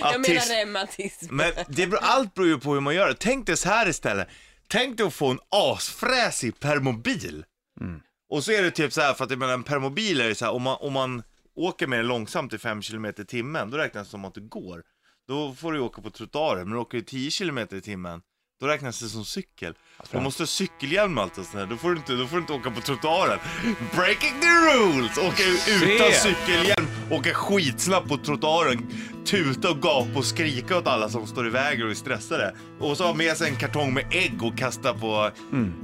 Jag menar Autism. reumatism. Men det beror, allt beror ju på hur man gör det. Tänk dig så här istället. Tänk dig att få en asfräsig permobil. Och så är det typ så här, för att jag menar en permobil är ju så här, om man, om man åker med den långsamt i 5 km i timmen, då räknas det som att det går. Då får du ju åka på trottoaren, men åker du 10 km i timmen, då räknas det som cykel. Alltså, Du måste ha cykelhjälm och allt och sånt där. Då får du inte, då får du inte åka på trottoaren. Breaking the rules! Åka utan Se! cykelhjälm, åka skitsnabbt på trottoaren, tuta och gapa och skrika åt alla som står i vägen och är stressade. Och så ha med sig en kartong med ägg och kasta på,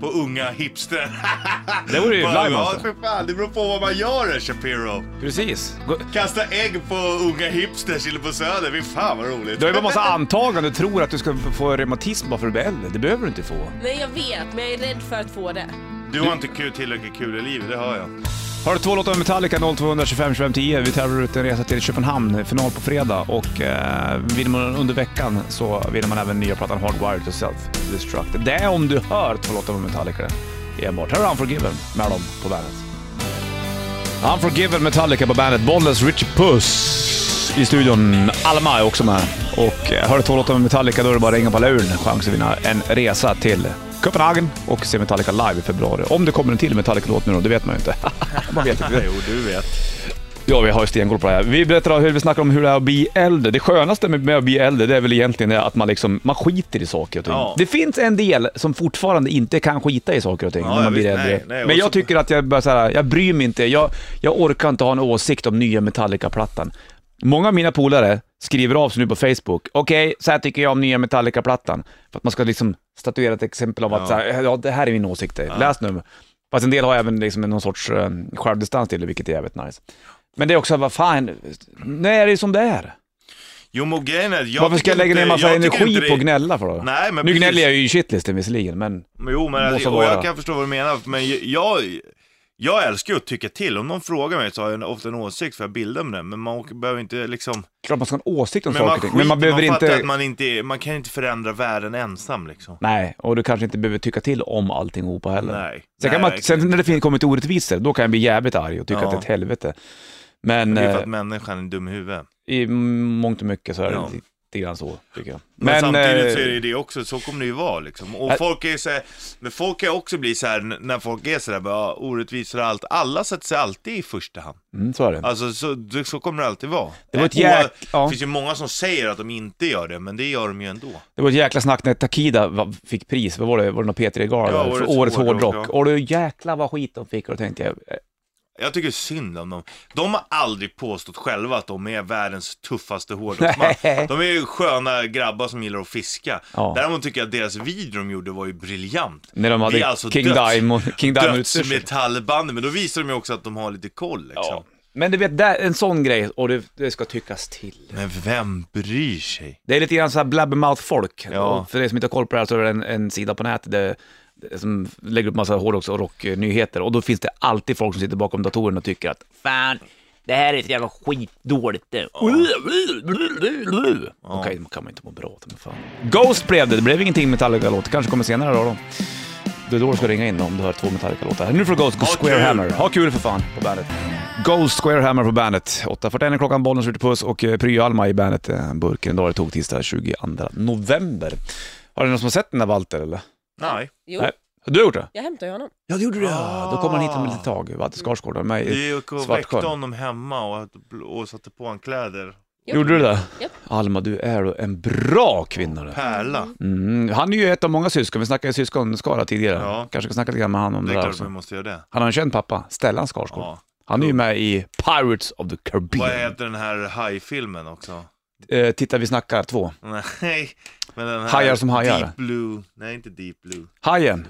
på unga hipster. Mm. Det vore ju Bara, live Ja, alltså. för fan, det beror på vad man gör här, Shapiro. Precis. Gå- Kasta ägg på unga hipsters eller på Söder, fy fan vad roligt. Du har ju bara massa antaganden du tror att du ska få reumatism bara för att du blir äldre. Det behöver du inte få. Nej jag vet men jag är rädd för att få det. Du har inte kul, tillräckligt kul i livet, det hör jag. Har du två låtar med Metallica 0225 25 10. Vi tävlar ut en resa till Köpenhamn, final på fredag. Och eh, vinner man under veckan så vinner man även nya plattan Hardwired to Self-Destruct. Det är om du hör två låtar med Metallica. det är Enbart. Här har Unforgiven med dem på bandet. Unforgiven Metallica på bandet. Bollnäs Richie Puss i studion. Alma är också med. Och eh, hör du två låtar med Metallica då är det bara att ringa på luren. Chans att vinna en resa till Köpenhamn och se Metallica live i februari. Om det kommer en till Metallica-låt nu då, det vet man ju inte. man vet inte. Jo, du vet. Ja, vi har ju stenkoll på det här. Vi berättar hur vi snackar om hur det är att bli äldre. Det skönaste med, med att bli äldre, det är väl egentligen det att man, liksom, man skiter i saker och ting. Ja. Det finns en del som fortfarande inte kan skita i saker och ting Ja, när ja, man blir visst. äldre. Nej, nej, Men och jag så- tycker att jag bara så här, jag bryr mig inte. Jag, jag orkar inte ha en åsikt om nya Metallica-plattan. Många av mina polare skriver av sig nu på Facebook. Okej, så här tycker jag om nya Metallica-plattan. För att man ska liksom statuera ett exempel av att Ja. så här, ja, det här är min åsikt. Läs nu. Fast en del har även liksom någon sorts eh, självdistans till det, vilket är jävligt nice. Men det är också, vad fan, nu är det ju som det är. Jo, men grejen är, jag Varför ska tycker jag lägga ner inte- massa jag tycker inte energi det- på att gnälla för då? Nej, men nu precis. gnäller jag ju i shitlisten visserligen, men Men Jo, men Må alltså, så och jag vara. kan förstå vad du menar, men jag, Jag älskar ju att tycka till. Om någon frågar mig så har jag en- ofta en åsikt för jag bildar mig den. Men man åker- behöver inte liksom... Klart man ska ha en åsikt om Men saker man, och ting, skiter, men man behöver fattar inte... att man inte... är- Man kan inte förändra världen ensam liksom. Nej, och du kanske inte behöver tycka till om allting opa heller. Nej. Sen, kan Nej, man, sen när det fin- kommer till orättvisor, då kan jag bli jävligt arg och tycka Ja. att det är ett helvete. Men Det är för eh, att människan är dum i huvudet. i mångt och mycket så är det Ja. lite grann så, tycker jag. Men, samtidigt eh, så är det ju det också, så kommer det ju vara liksom. Och Ä- folk är ju så här, men folk kan ju också bli så här n- när folk är sådär bara, "Ja, orättvisor och allt. Alla sätter sig alltid i första hand. Mm, så är det. Alltså så, det- så kommer det alltid vara. Det var ett Och- jäk- ja. Det finns ju många som säger att de inte gör det, men det gör de ju ändå. Det var ett jäkla snack när Takida va- fick pris, vad var det, var det någon Peter Egal Ja, där, för årets årets hårdrock, hårdrock? ja. Och du jäklar vad skit de fick och då tänkte jag, eh, Jag tycker synd om dem. De har aldrig påstått själva att de är världens tuffaste Nej. hårdrocksband. De är ju sköna grabbar som gillar att fiska. Ja. Däremot tycker jag att deras video de gjorde var ju briljant. när de Det hade är alltså King döds- Diamond, King Diamond utstyrsel. Dödsmetallband, men då visar de ju också att de har lite koll liksom. Ja. Men du vet, där, en sån grej, och det, det ska tyckas till. Men vem bryr sig? Det är lite grann så här blabbermouth-folk. Ja. Och För er som inte har koll på det här så är det en, en sida på nätet där, som lägger upp massa hårdrocks och rocknyheter. Och då finns det alltid folk som sitter bakom datorn och tycker att fan, det här är så jävla skitdåligt. eh, det." Okej, då kan man inte må bra åt det, men fan. Ghost blev det, det blev ingenting Metallica-låt. kanske kommer senare då. då. Det är då du ska ringa in om du hör två Metallica-låtar. Nu får du Ghost Ha Square kul. Hammer. Ha kul för fan på bandet. Ghost Square Hammer på bandet. 8.41 är klockan, bollen skjuter puss och eh, Pryo Alma i bandet eh, Burken. En dag det tog tisdag 22 november. Har det någon som har sett den där Walter eller? Nej. Jo, Nej. Har du gjort det? jag hämtar ju honom. Ja, det gjorde du ja. Då kommer han hit om ett litet tag. Walter Skarsgård eh, och mig. Vi gick och väckte Svartsjön. honom hemma och, och satte på honom kläder. Gjorde du det? Japp. Alma, du är då en bra kvinna. du. Pärla. Mm. Han är ju ett av många syskon. Vi snackade ju syskonskara tidigare. Ja. Kanske kan snacka lite grann med han om Det det, är där klart vi också. måste göra det. Han har en känd pappa, Stellan Skarsgård. Ja. Han är ju med i Pirates of the Vad Caribbean. heter den här hajfilmen också? Eh, titta, vi snackar två. Nej, men den här... Hajar som hajar. Deep Blue. Nej, inte Deep Blue. Hajen.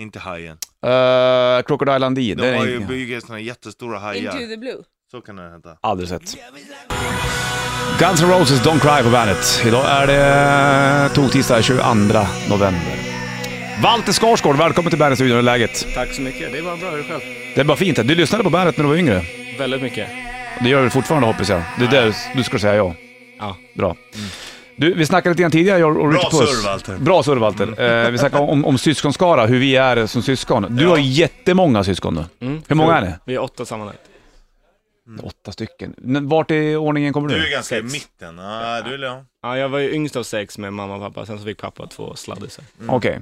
Inte hajen. Uh, Crocodile Dundee. De Den har är ju ingen- byggt sådana jättestora Into hajar. the blue. Så kan den heta. Aldrig sett. Guns N' Roses Don't Cry på bandet. Idag är det eh, tog-tisdag 22 november. Walter Skarsgård, välkommen till Bandet-studion. Hur är läget? Tack så mycket. Det var bra. Hur är det själv? Det är bara fint. Du lyssnade på bandet när du var yngre. Väldigt mycket. Det gör du fortfarande hoppas jag. Det är där du ska säga ja. Ja. Bra. Du, vi snackade lite grann tidigare, jag och Rich Puss. surr, Walter. Bra surr Walter. Eh, vi snackade om, om syskonskara, hur vi är som syskon. Du har jättemånga syskon då. Hur många är ni? Vi är åtta sammanlagt. Åtta stycken. Men Vart i ordningen kommer Du är du? ganska i Sex. mitten. Ah, du är lång. Ja, jag var ju yngst av sex med mamma och pappa, sen så fick pappa två sladdisar. Okej.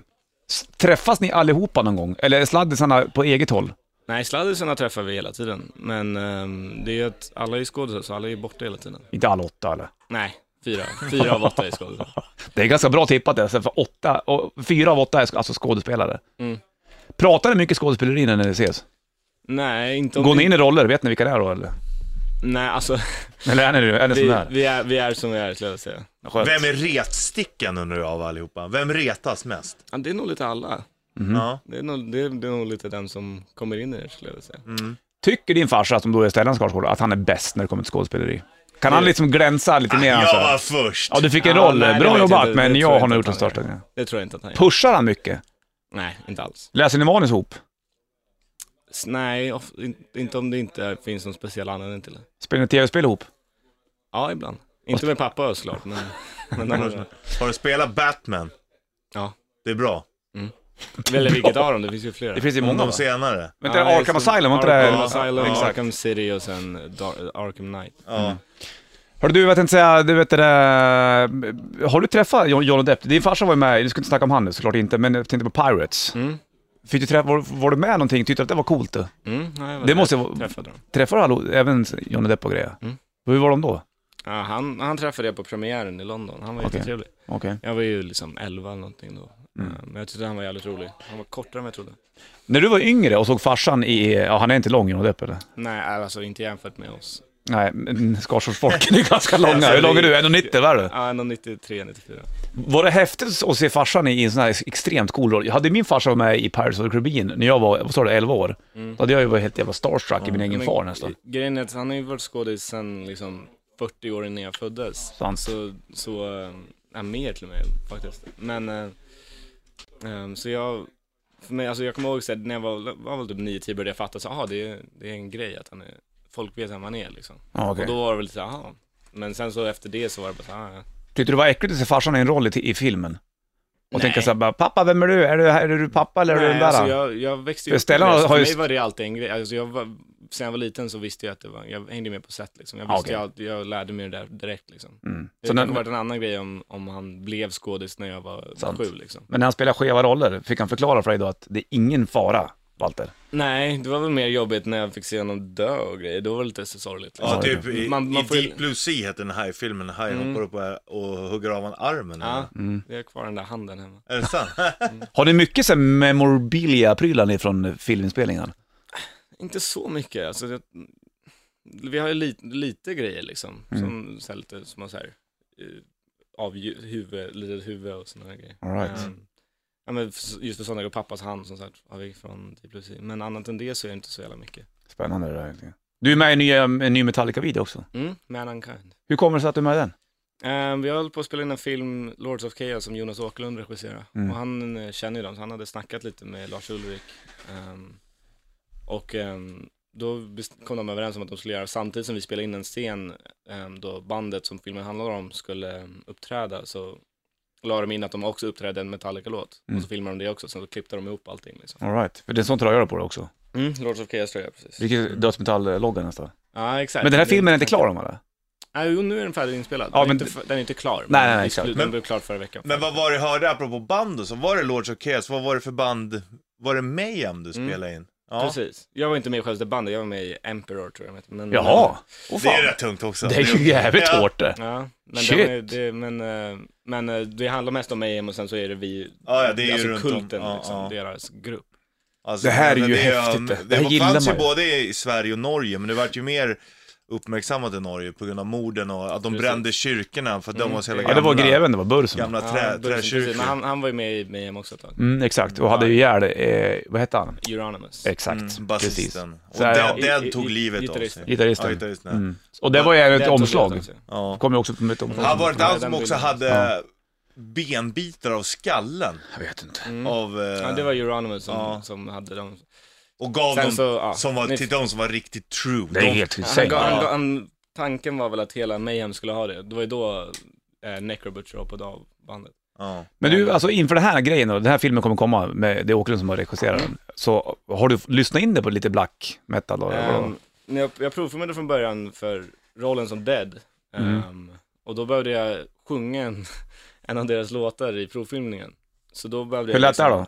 S- Träffas ni allihopa någon gång? Eller är sladdisarna på eget håll? Nej, sladdisarna träffar vi hela tiden, men ehm, det är ju att alla är ju skådisar, så alla är ju borta hela tiden. Inte alla åtta eller? Nej, fyra. Fyra av åtta är skådisar. Det är ganska bra tippat det, så för åtta, och fyra av åtta är sk- alltså skådespelare. Mm. Pratar ni mycket skådespeleri när ni ses? Nej, inte om... Går ni in i roller? Vet ni vilka det är då eller? Nej, alltså, Eller är ni, är ni sån vi, där? vi, är, vi är som vi är, skulle jag säga. Skönt. Vem är retstickan undrar jag av allihopa? Vem retas mest? Ja, det är nog lite alla. Ja. Det är nog, det är, det är nog lite den som kommer in i det, skulle jag Mm. säga. Tycker din farsa, som då är Stellan Skarsgård, att han är bäst när det kommer till skådespeleri? Kan han liksom glänsa lite mer? Ah, Jag var Alltså? först. Ja, du fick en Ja, roll. nej, det vet Bra jag jobbat, inte. Det men tror jag jag har inte nog gjort den att han största. Det tror jag inte att han gör. Pushar han mycket? Nej, inte alls. Läser ni manus ihop? S- Nej, of, in, inte om det inte finns någon speciell anledning till det. Spelar ni tv-spel ihop? Ja, ibland. Inte med pappa såklart, men... men annars, Har du spelat Batman? ja. Det är bra. Eller vilket av dem, det finns ju flera. Det finns ju Om många de va? senare. Vänta, Arkham Asylum, var inte det? Arkham Asylum, Ja, exakt. Arkham City och sen Dar- Arkham Knight. Ja. Hörru du, jag tänkte säga, du vet det där... Har du träffat John- Johnny Depp? Din farsa var ju med, du ska inte snacka om han nu såklart inte, men jag tänkte på Pirates. Mm. Fick du träffa, var, var du med någonting? Tyckte du att det var coolt? du? Mm, ja, jag var Det där. måste vara- Träffade dem. Träffade du alla- även Johnny Depp och grejer? Mm. Hur var de då? Ja, han, han träffade jag på premiären i London, han var Okej. jättetrevlig. Okej. Jag var ju liksom 11 eller någonting då. Mm. Ja, Men jag tyckte han var jävligt rolig. Han var kortare än vad jag trodde. När du var yngre och såg farsan i, ja han är inte lång Johnny Depp eller? Nej, alltså inte jämfört med oss. Nej, men Skarsgårdsfolk är ganska långa. Hur lång är du? 1,90 var du? Ja, 93, 94. Var det häftigt att se farsan i en sån här extremt cool roll? Jag Hade min farsa varit med i Pirates of the Caribbean när jag var, vad sa du, 11 år? Då hade jag ju varit helt jävla starstruck i min egen Mm. Men far nästan. Grejen är att han har ju varit skådis sedan liksom 40 år innan jag föddes. Sant. Så, så, eh, ja mer till och med faktiskt. Men, eh, eh, så jag För mig, alltså jag kommer ihåg så här, när jag var, var väl typ 9-10 började jag fatta så aha, det, är- det är en grej att han är, folk vet vem han är liksom. Ja, okej. Och då var det väl lite, aha. Men sen så efter det så var det bara så här, "Ah, ja. Tyckte du det var äckligt att se farsan i en roll i, i filmen? Och Nej. tänka såhär bara, pappa vem är du? Är du, är du pappa eller är du Nej, den där? alltså jag, jag växte ju För upp med Stellan det, har så för ju- mig var det alltid en grej. Alltså jag var, sen jag var liten så visste jag att det var, jag hängde med på set liksom. Jag Ah, visste okej. ju allt, jag lärde mig det där direkt liksom. mm. Det så hade när, kanske varit en annan grej om, om han blev skådis när jag var Sant. sju liksom. Men när han spelar skeva roller, fick han förklara för dig då att det är ingen fara, Walter? Nej, det var väl mer jobbigt när jag fick se honom dö och grejer. Då var det lite så sorgligt. Liksom. Ja, typ i, Man- man i får ju- Deep Blue Sea heter den här filmen, Haj hoppar upp och- och hugger av honom armen. Ja, eller? jag har kvar den där handen hemma. Är det sant? Mm. Har ni mycket så här memorabilia-prylar från filminspelningar? Inte så mycket. Alltså, det, vi har ju lite, lite grejer liksom. Som så här, lite små så här, eh, av ju- huvud, litet huvud och sådana grejer. All right. Ehm, ja, men f- just för sådana grejer, pappas hand som sagt har vi från Deep Blue Sea. Men annat än det så är det inte så jävla mycket. Spännande det där. Du är med i en ny, en ny Metallica-video också. Mm, Man Unkind. Hur kommer det sig att du är med i den? Ehm, vi höll på att spela in en film, Lords of Chaos, som Jonas Åkerlund regisserar. Mm. Och han eh, känner ju dem, så han hade snackat lite med Lars Ulrik. Ehm, och ehm, då bes- kom de överens om att de skulle göra, samtidigt som vi spelade in en scen ehm, då bandet som filmen handlar om skulle ehm, uppträda, så la de in att de också uppträdde en Metallica-låt. Mm. Och så filmade de det också, så då klippte de ihop allting liksom. All right. För det är en sån tröja du har på dig också. Mm, Lords of Chaos tror jag, precis. Vilket dödsmetall-logga nästan. Ja, exakt. Men den här Det är filmen är inte tanken. klar om eller? Nej, jo, nu är den färdiginspelad. Ja, den, är men- inte, f- den är inte klar. nej, nej, men vi exakt. skulle- Men- Den blev klar förra veckan. Men vad var det jag hörde apropå band och så? Var det Lords of Chaos? Vad var det för band? Var det Mayhem du Mm. spelade in? Ja. Precis. Jag var inte med i själva bandet, jag var med i Emperor tror jag de heter. men, Jaha! Åh, Det fan. är rätt tungt också. det är ju jävligt Ja. hårt det. Ja, men, Shit. det, var ju- det, men, eh, men eh, det handlar mest om Mayhem och sen så är det vi, Ja, ja, det är ju alltså runt om. kulten, Ja, liksom, ja. deras grupp. Alltså, Det här är men ju är, häftigt, um, det. Det, Det här gillar fanns ju man ju. både i Sverige och Norge, men det vart ju mer uppmärksammat i Norge på grund av morden och att de Precis. brände kyrkorna för att de Mm. var så jävla Ja, gamla. det var greven, det var Bursen. Gamla trä, Ja, precis, träkyrkor. precis. men han, han var ju med i Mayhem också ett tag. Mm, exakt, och hade ju ihjäl, eh, vad hette han? Euronymous. Exakt, Mm, precis. Basisten. Och Så här, den, ja. den tog I- i- livet av gitarristen. sig. Ja, Gitarristen. gitarristen. Mm. Och det var ju Den ett tog jag omslag. också. Ja. Kom ju också på ett omslag. Han var det inte han Ja, som den också bilden. hade Ja. benbitar av skallen Jag vet inte. Mm. av, eh, Ja, det var Euronymous som, Ja. som hade dem. och gav Sen dem så, ja, som var, ni- till de som var riktigt true. Det är de, helt Han, insane. gav- han, Ja. gav- han, tanken var väl att hela Mayhem skulle ha det. Det var ju då eh, Necrobutcher hoppade av bandet. ja. Men du, alltså inför den här grejen då, den här filmen kommer komma, med, det är Åkerlund som har regisserat den. Så har du lyssnat in det på lite black metal? Då, eller vadå? Ehm, när jag, jag provfilmade från början för rollen som Dead. Mm. Ehm, och då behövde jag sjunga en, en av deras låtar i provfilmningen. Så då behövde Hur jag lät det här då?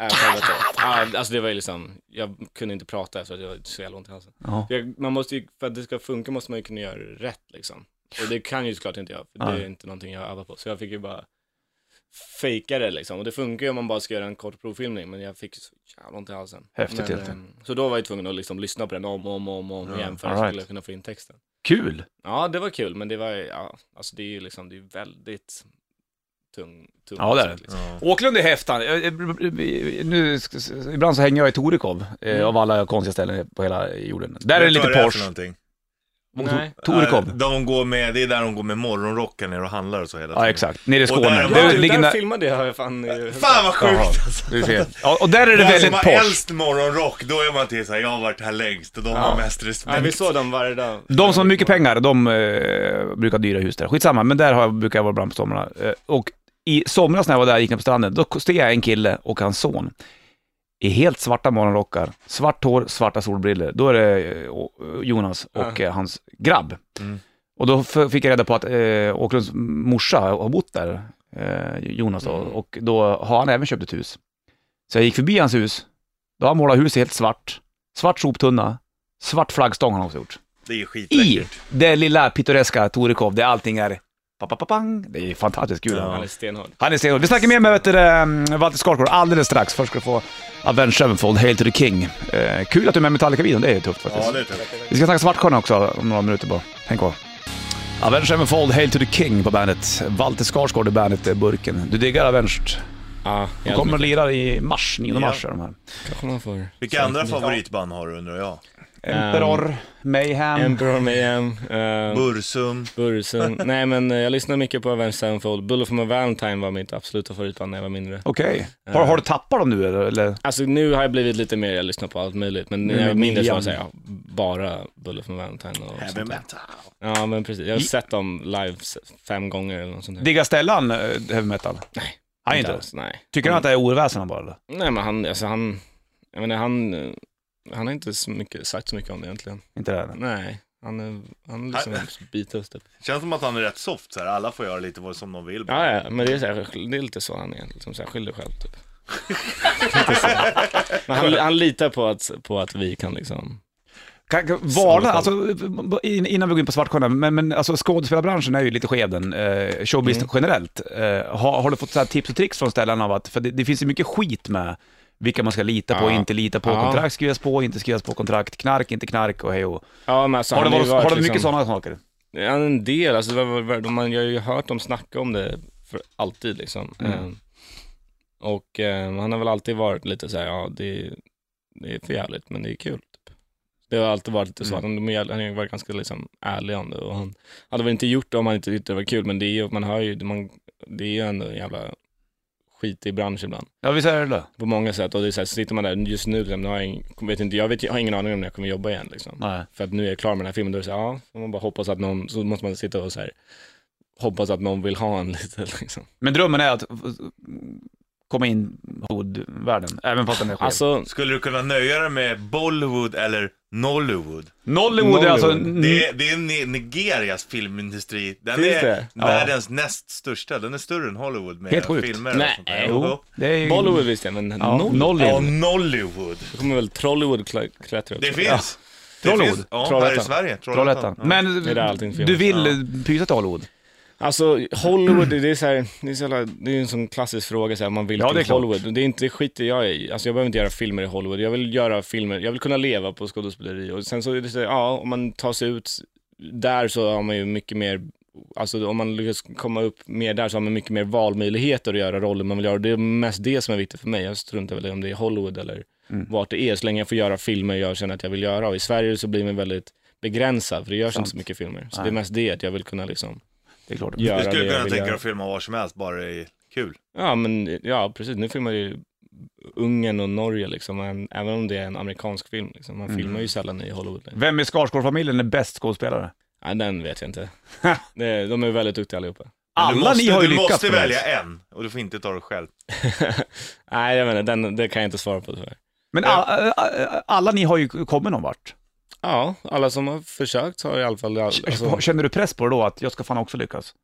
Äh, själva låten. Ja, alltså det var ju liksom, jag kunde inte prata efter att jag var så jävla ont i halsen. Ja. För, jag, man måste ju, för att det ska funka måste man ju kunna göra det rätt liksom. Och det kan ju såklart inte jag, för det Nej. är inte någonting jag har övat på. Så jag fick ju bara fejka det liksom. Och det funkar ju om man bara ska göra en kort provfilmning, men jag fick så jävla ont i halsen. Häftigt, men, helt eh, Så då var jag tvungen att liksom lyssna på den om och om och om, och om Ja, igen för all att right. jag skulle kunna få in texten. Kul! Ja, det var kul, men det var, ja, alltså det är ju liksom, det är väldigt tung, tung Ja, det är musik, det. liksom. Åkerlund är häftig. han. Jag- jag- Nu, ibland så hänger jag i Torekov, eh, av alla konstiga ställen på hela jorden. Där är det Mm. Vet du lite vad är för Porsche. någonting? To- Nej. Torekov. Eh, De går med, det är där de går med morgonrockar ner och handlar och så hela tiden. Ja, exakt. Nere i Och där- Skåne. Ja, Det du, ligger där där... filmade jag fan i... Fan vad sjukt Jaha, alltså. du ser. Ja, och där är det Den som väldigt har Porsche. äldst morgonrock, då är man till såhär, jag har varit här längst och de har mest respekt. Ja, vi såg dem varje dag. De som har mycket pengar, de eh, brukar ha dyra hus där. Skitsamma, men där har jag, brukar jag vara bland på somrarna. Eh, och i somras när jag var där, gick ner på stranden, då steg jag en kille och hans son. I helt svarta morgonrockar, svart hår, svarta solbriller. Då är det eh, o- Jonas och Ja. eh, hans grabb. Mm. Och då f- fick jag reda på att eh, Åkerlunds morsa har bott där, eh, Jonas då, Mm. och då har han även köpt ett hus. Så jag gick förbi hans hus, då har han målat huset helt svart, svart soptunna, svart flaggstång har han också gjort Det är ju i skitläckert. det lilla pittoreska Torekov där allting är papapapang. Det är fantastiskt kul. Ja. Han är stenhård. Han är stenhård. Vi snackar mer med vet du, det, mm, Walter Skarsgård alldeles strax. Först ska du få Avenged Sevenfold, Hail to the King. Eh, kul att du är med i Metallica-videon, det är tufft faktiskt. Ja, det är typ- tufft. Vi ska snacka Svartsjön också om några minuter bara. Häng kvar. Avenged Sevenfold, Hail to the King på bandet. Walter Skarsgård i bandet eh, Burken. Du diggar Avenged. Ja, De kommer och lirar i mars, 9 Ja. mars är de här. Kanske man får. Vilka andra favoritband har du undrar jag? Emperor, Mayhem. Emperor Mayhem, uh, Bursum. Bursen. Nej men eh, jag lyssnade mycket på Avenged Sevenfold. Bullet for my Valentine var mitt absoluta favoritband när jag var mindre. Okej. Har, Eh. har du tappat dem nu eller? eller? Alltså nu har jag blivit lite mer, jag lyssnar på allt möjligt, men när Nu jag är var mindre så nian. var det såhär, ja, bara Bullet for my Valentine och sånt där. metal. Ja men precis, jag har sett dem live s- fem gånger eller något sånt där. Diggar Stellan eh, heavy metal? Nej. Han inte? alls, Mm. Nej. Tycker han att det är oväsen han bara eller? Nej men han, alltså han, jag menar han, eh, han har inte så mycket, sagt så mycket om det egentligen. Inte det? eller? Nej, han är, han är liksom Beatles typ. Känns som att han är rätt soft så här. alla får göra lite vad som de vill. Ja, ja, men det är, så här, det är lite så han är, liksom så här, skyll dig själv typ. Lite så. men han, han litar på att, på att vi kan liksom, Kan, kan, Samma varna, alltså, in- innan vi går in på Svartsjön, men, men alltså, skådespelarbranschen är ju lite skev den, eh, showbiz Mm. generellt. Eh, har, har du fått så här tips och tricks från ställen av att, för det, det finns ju mycket skit med vilka man ska lita på, Ja. inte lita på, Ja. kontrakt skrivas på, inte skrivas på kontrakt, knark, inte knark och hej och. ja men alltså Har det han varit, ju har det mycket liksom, sådana saker? Ja, en del, alltså det var, var, var, man, jag har ju hört dem snacka om det för alltid liksom. Mm. Ehm, och ehm, han har väl alltid varit lite så här, ja det, är- det är för jävligt men det är kul typ. Det har alltid varit lite så, att de, är jävla- han har ju varit ganska liksom ärlig om det och han hade väl inte gjort det om han inte tyckte det var kul men det är ju, man hör ju, man, det är ju ändå en jävla skit i bransch ibland Ja, visst är det det på många sätt och det är så här, sitter man där just nu, liksom, nu har jag, ing- vet inte, jag, vet, jag har ingen aning om när jag kommer jobba igen liksom. Nej. För att nu är jag klar med den här filmen, då är det så här, ja, får man bara hoppas att någon, så måste man sitta och så här, hoppas att någon vill ha en lite liksom. Men drömmen är att eh, komma in i Hollywood-världen, även fast den är skev. Alltså, Skulle du kunna nöja dig med Bollywood eller Nollywood? Nollywood är alltså... Nollywood. Det, är- det är Ni- Nigerias filmindustri. Den Mm. Finns är det? Ja. världens näst största. Den är större än Hollywood med Helt sjukt. filmer Nej, och sånt där. jo. Jo. det är... Bollywood visste jag, men Ja, noll. Ja, Nollywood. Nollywood. Då kommer väl Trollywood kla- klättra upp. Det finns. Det Trollywood. finns. Ja, här i Trollhättan. Sverige. Trollhättan. Ja. Men Det är där allting filmas. du vill Ja. eh, pysa till Hollywood? Alltså Hollywood, det är så här, det är, så jävla, det är en sån klassisk fråga så här, man vill Ja, det är till klart. Hollywood. Det är inte, det skiter jag i. Alltså jag behöver inte göra filmer i Hollywood. Jag vill göra filmer, jag vill kunna leva på skådespeleri och sen så är det så här, ja, om man tar sig ut där så har man ju mycket mer, alltså om man lyckas komma upp mer där så har man mycket mer valmöjligheter att göra roller man vill göra. Det är mest det som är viktigt för mig. Jag struntar väl i om det är Hollywood eller Mm. vart det är, så länge jag får göra filmer jag känner att jag vill göra. Och i Sverige så blir man väldigt begränsad, för det görs Sant. inte så mycket filmer. Så Nej. det är mest det, att jag vill kunna liksom Det är klart. göra Du det skulle jag kunna vill tänka dig göra. att filma var som helst, bara det är kul. Ja, men ja, precis. Nu filmar ju Ungern och Norge, liksom, men även om det är en amerikansk film. Liksom. Man filmar ju sällan i Hollywood. längre. Vem i Skarsgård-familjen är bäst skådespelare? Nej, den vet jag inte. det, är- de är väldigt duktiga allihopa. Men Alla du måste, ni har ju Du lyckats måste med välja det. en, och du får inte ta det själv. Nej, jag menar, den, det kan jag inte svara på tyvärr. Men all, äh, äh, alla ni har ju kommit någon vart. Ja, alla som har försökt har i alla fall... Alltså, Känner du press på det då, att jag ska fan också lyckas?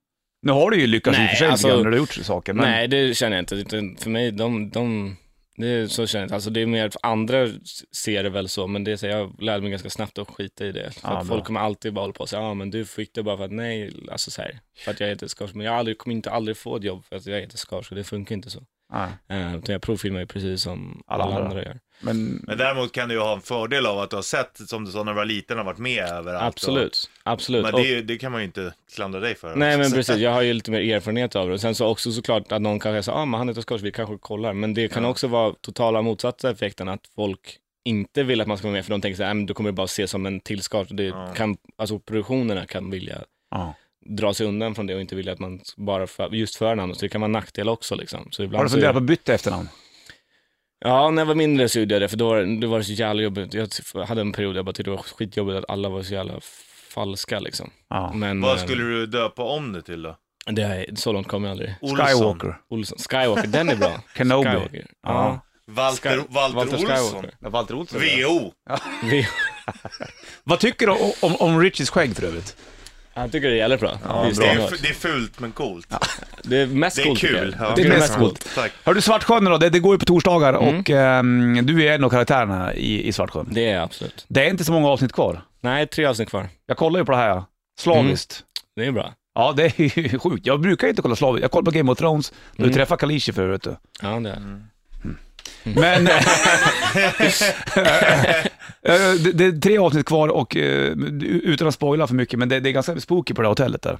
Nu har du ju lyckats i och Nej, för sig lite alltså- grann när du har gjort saker, men Nej, det känner jag inte. Utan För mig, de, de, det är så känner jag inte. Alltså, det är mer att andra ser det väl så, men det är så, jag lärde mig ganska snabbt att skita i det. För Ja, att bra. folk kommer alltid bara hålla på och säga, ja men du fick det bara för att nej, alltså så här, för att jag heter Skarsgård. Men jag har aldrig, kommer inte aldrig få ett jobb för att jag heter Skarsgård, det funkar inte så. Nej, Eh, utan jag provfilmar ju precis som Alla alla, andra. andra. gör. men Men däremot kan du ju ha en fördel av att du har sett, som du sa när du var liten, har varit med överallt. Absolut, absolut. Och, men Och- det, är ju- det kan man ju inte klandra dig för. Nej men precis, jag har ju lite mer erfarenhet av det. Och Sen så också såklart att någon kanske säger, ah, men han heter Skarsgård, vi kanske kollar. Men det kan också vara totala motsatta effekten, att folk inte vill att man ska vara med, för de tänker så här, "Nej, men du kommer det bara ses som en till Skarsgård. Det Ja. kan, alltså produktionerna kan vilja ja. dra sig undan från det och inte vilja att man bara, för, just för namnet, så det kan vara en nackdel också liksom. Så ibland Har du så- funderat på att byta efternamn? Ja, när jag var mindre så gjorde jag det, för då var, det- då var det så jävla jobbigt. Jag t- hade en period där jag bara tyckte det var skitjobbigt att alla var så jävla falska liksom. Ja. Men Vad eh, skulle du döpa om det till då? det här, så långt kom jag aldrig. Olsson. Skywalker, Olsson. Skywalker, den är bra. Kenobi. Skywalker. Ja. Ja. Walter, Sky- Walter, Olsson. Skywalker. Walter Olsson. VO. Vi- Vad tycker du om, om, om Richies skägg för övrigt? Jag tycker det är jävligt bra. det, är Det är, stenhårt. f- det är fult men coolt. det är mest Det är coolt, tycker kul. jag. Ja. Jag Det tycker är mest coolt. Tack. Hör du Svartsjön då, det, det går ju på torsdagar och ehm, du är en av karaktärerna i, i Svartsjön. Mm. Det är jag absolut. Det är inte så många avsnitt kvar. Nej, tre avsnitt kvar. Jag kollar ju på det här, slaviskt. Det är bra. Ja, det är ju sjukt. Jag brukar ju inte kolla slaviskt. Jag kollar på Game of Thrones, då du Mm. träffar Khaleesi för vet du. Ja, det är. Mm. Mm. Men... Eh, det, det är tre avsnitt kvar och eh, utan att spoila för mycket, men det, det är ganska spooky på det här hotellet där.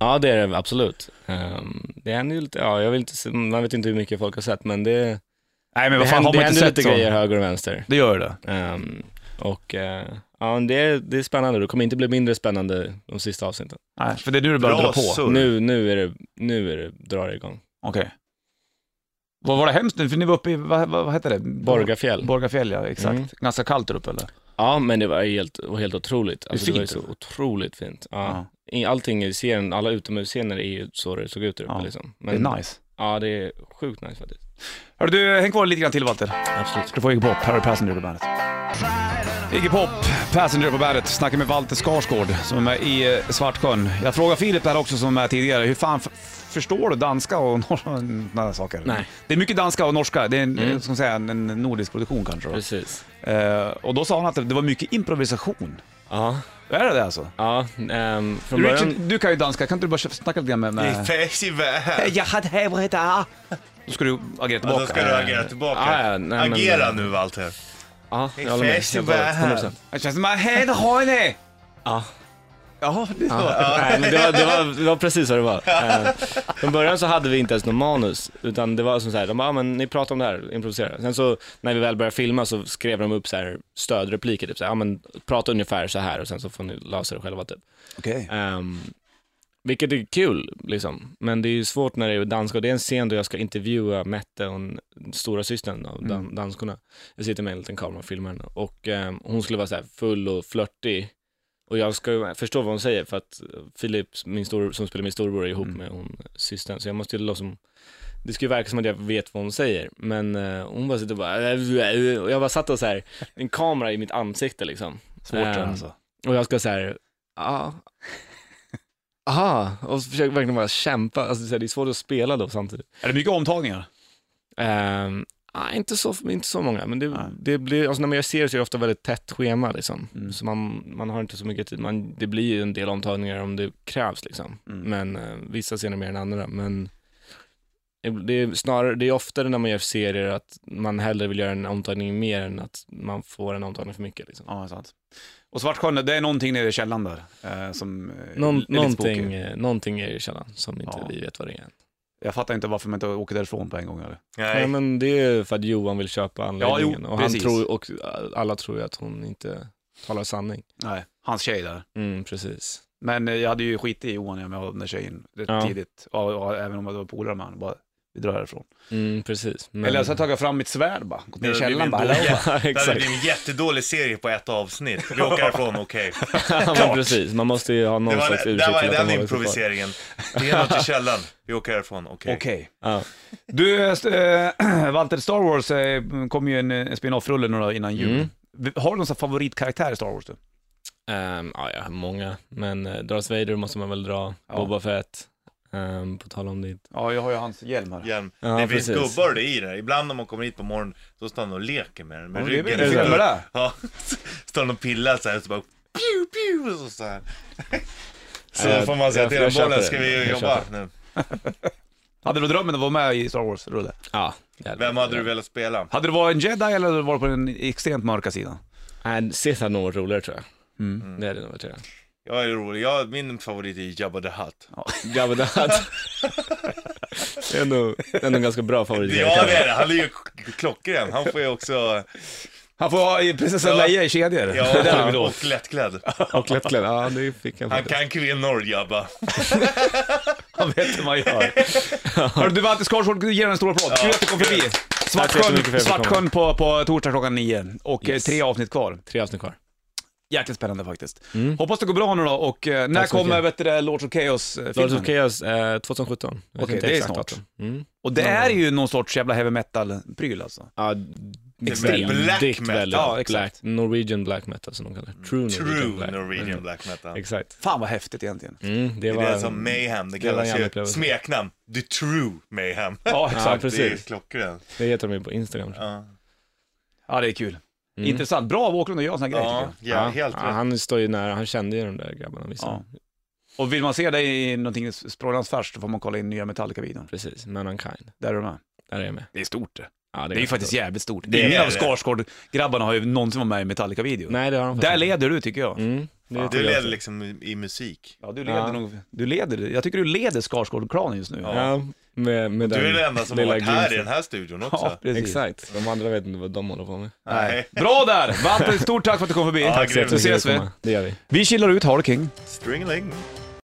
ja, det är det absolut. Ehm, det händer ju lite, ja, jag vill inte, se- man vet inte hur mycket folk har sett, men det, Nej men det vad fan, händer, har det man inte händer sett lite så? grejer höger och vänster. Det gör det. Ehm, och eh, Ja, men det, är, det är spännande. Det kommer inte bli mindre spännande de sista avsnitten. Nej, för det är nu det börjar Bra dra på. surr. Okej. Nu, nu, är det, nu är det, drar det igång. Vad var det hemskt nu? För ni var uppe i, vad, vad, vad hette det? Borgafjäll. Borgafjäll, ja exakt. Mm. Ganska kallt där uppe eller? Ja, men det var helt, var helt otroligt. Alltså, det, var ju fint. så otroligt fint. Ja. I- Allting i serien, alla utomhusscener är ju så det såg ut där uppe Ja. liksom. Men, Det är nice. Ja, det är sjukt nice faktiskt. Hörru du, häng kvar lite grann till Walter. Absolut. Ska du få Iggy Pop, här är Passenger på bandet. Iggy Pop, Passenger på bandet, snackar med Walter Skarsgård som är med i eh, Svartsjön. Jag frågar Filip där också som är med tidigare, hur fan f- förstår du danska och norska saker? Nej. Det är mycket danska och norska, det är en, eh, Mm. ska man säga, en en nordisk produktion kanske. Då. Precis. Eh, och då sa han att det var mycket improvisation. Ja, Är det det alltså? ja ehm, från Richard, början... du kan ju danska, kan inte du bara snacka lite grann med... I med... festival. Eh, Jag hade hävrat Då ska du agera Ja, tillbaka. då ska du agera tillbaka. Ah, ja, nej, men- agera nu Walter. Ja, jag håller med. Helt och hållet. 100%. Det känns som att man hade hörni. Ja. Ja, det var... Nej, men det, var, det, var, det var precis vad det var. Eh, Från början så hade vi inte ens något manus, utan det var som så här, de bara, "Ah, men ni pratar om det här, improvisera. Sen så när vi väl började filma så skrev de upp så här stödrepliker, typ så här, "Ah, men prata ungefär så här och sen så får ni lösa det själva typ. Okej. Ehm, vilket är kul, liksom. men det är ju svårt när det är danska. Och det är en scen då jag ska intervjua Mette, hon, stora systern av dan- Mm. danskorna. Jag sitter med en liten kamera och filmar henne. Och ehm, hon skulle vara så här full och flörtig. Och jag ska ju förstå vad hon säger för att Filip, min stor, som spelar min storbror, är ihop Mm. med hon, systern. Så jag måste ju låtsas som det ska ju verka som att jag vet vad hon säger, men eh, hon bara sitter och bara... Och jag bara satt och så här, en kamera i mitt ansikte liksom. Svårt det Ehm, alltså. Och jag ska så här, ja. Aha, och så försöker jag verkligen bara kämpa. Alltså det är så här, det är svårt att spela då samtidigt. Är det mycket omtagningar? Ehm, nej, inte, så, inte så många, men Nej. det, det blir, alltså när man gör serier så är det ofta väldigt tätt schema liksom. Mm. Så man, man har inte så mycket tid. Man, det blir ju en del omtagningar om det krävs liksom. Mm. Men eh, vissa scener mer än andra. Men det är, snarare, det är oftare när man gör serier att man hellre vill göra en omtagning mer än att man får en omtagning för mycket. Liksom. Ja, sant. Och Svartsjön, det är någonting nere i källaren där. Eh, som, eh, är Någon, lite någonting, spooky. eh, någonting är i källan som inte Ja. vi vet vad det är. än. Jag fattar inte varför man inte åker därifrån på en gång. Eller? Nej. Nej. men det är för att Johan vill köpa anläggningen jo, och, han precis. tror, och alla tror ju att hon inte talar sanning. Nej, hans tjej där. Mm, precis. Men eh, jag hade ju skit i Johan när jag var med den tjejen rätt Ja. tidigt. Ja, ja, även om jag var polare med honom. Bara, vi drar härifrån. Mm, precis. Men... Eller så tog jag fram mitt svärd bara. Gått ner i Det hade källaren blivit bara. en dålig- "Hallå?" ja, Det hade exakt. blivit en jättedålig serie på ett avsnitt. Vi åker härifrån, okej. Ja, men precis. Man måste ju ha Det någon var, slags ursäkt där var till att den man varit kvar. improviseringen. Det är något i källaren. Vi åker härifrån, okej. Okej. Ja. Du, äh, Walter, Star Wars eh, kom ju en, eh, en spin-off-rulle några innan jul. Mm. Har du någon sån här favoritkaraktär i Star Wars? Du? Ehm, ja, jag har många, men uh, Darth Vader måste man väl dra, Ja. Boba Fett, ehm, på tal om ditt. Ja, jag har ju hans hjälm här. Hjälm. Ja, det finns precis. gubbar det i det. Ibland när man kommer hit på morgonen, så står han och leker med den. Med Ja, det är ryggen. väl det sitter med och- det. Ja, står han och pillar så här, och så bara... Pew, pew, och så, så här. Så Eh, får man säga jag- till jag den köper bollen det. ska vi Jag jobba köper nu. Hade du drömmen att vara med i Star Wars-rulle? Ja, det Vem hade du velat spela? Hade du varit en jedi eller hade du varit på den extremt mörka sidan? Nej, Sith hade nog varit roligare tror jag. Mm. Det hade nog varit det. Jag är rolig. Jag, min favorit är Jabba the Hutt. Jabba the Hutt. det är nog, det är nog ganska bra favorit. Ja det är det, han är ju klockren. Han får ju också, Han får ha i- prinsessan Ja. Leia i kedjor. det är det du vill ja, åt. och lättklädd. Och lättklädd. Ja, det fick han Han faktiskt. kan kvinnor Jabba. Han vet hur man gör. Hörru du, Walter Skarsgård, ge den en stor applåd. Kul att du kom förbi. jättemycket för Svartsjön, att jag fick Svartsjön på, på torsdag klockan nio och eh, Yes. tre avsnitt kvar. Tre avsnitt kvar. Jäkligt spännande faktiskt. Hoppas det går bra nu då och eh, när Tack så kommer mycket. vet du, det, Lords of Chaos-filmen? Lords of Chaos eh, 2017. Jag vet Okej, inte det är exakt snart. datum. Mm. Och det är ju någon sorts jävla heavy metal-pryl alltså. Ja, Extrem. Black väldigt, metal. väldigt Ja, black, exakt. Norwegian black metal som de kallar det. True Norwegian True black Mm. Norwegian black metal. Exakt. Fan vad häftigt egentligen. Mm, det Det var... är det som Mayhem, det det var en kallas jävla ju. upplevelse. Smeknamn, The True Mayhem. Ja, Ja, exakt. Det är precis. klockrent. Det heter de ju på Instagram. tror jag. Ja, Ja, det är kul. Mm. Intressant. Bra av Åkerlund att göra såna grejer tycker ja, jag. ja helt ja, rätt. Han står ju nära, han kände ju de där grabbarna vissa. Ja. Och vill man se dig i någonting språlans färskt så får man kolla in nya Metallica-videon. Precis, Men Unkind. Där är du med. Där är jag med. Det är stort det. Ja, Det är ju faktiskt jävligt stort. är Ingen det. av Skarsgård-grabbarna har ju någonsin varit med i Metallica-video. Nej, det har de Där faktiskt. leder du tycker jag. Mm. Det är Du till leder jag- liksom i- i musik. Ja, du leder Ja. nog... Du leder, jag tycker du leder Skarsgård-kranen just nu. Ja, med, med Du den är den enda som har lilla varit här i glimten. den här studion Ja, också. precis. Exakt, de andra vet inte vad de håller på med. Nej. Bra där! Valter, stort tack för att du kom förbi. Ja, tack grymt. så Vi ses vi. kommer. Det gör vi. Vi chillar ut, ha det king. Stringeling.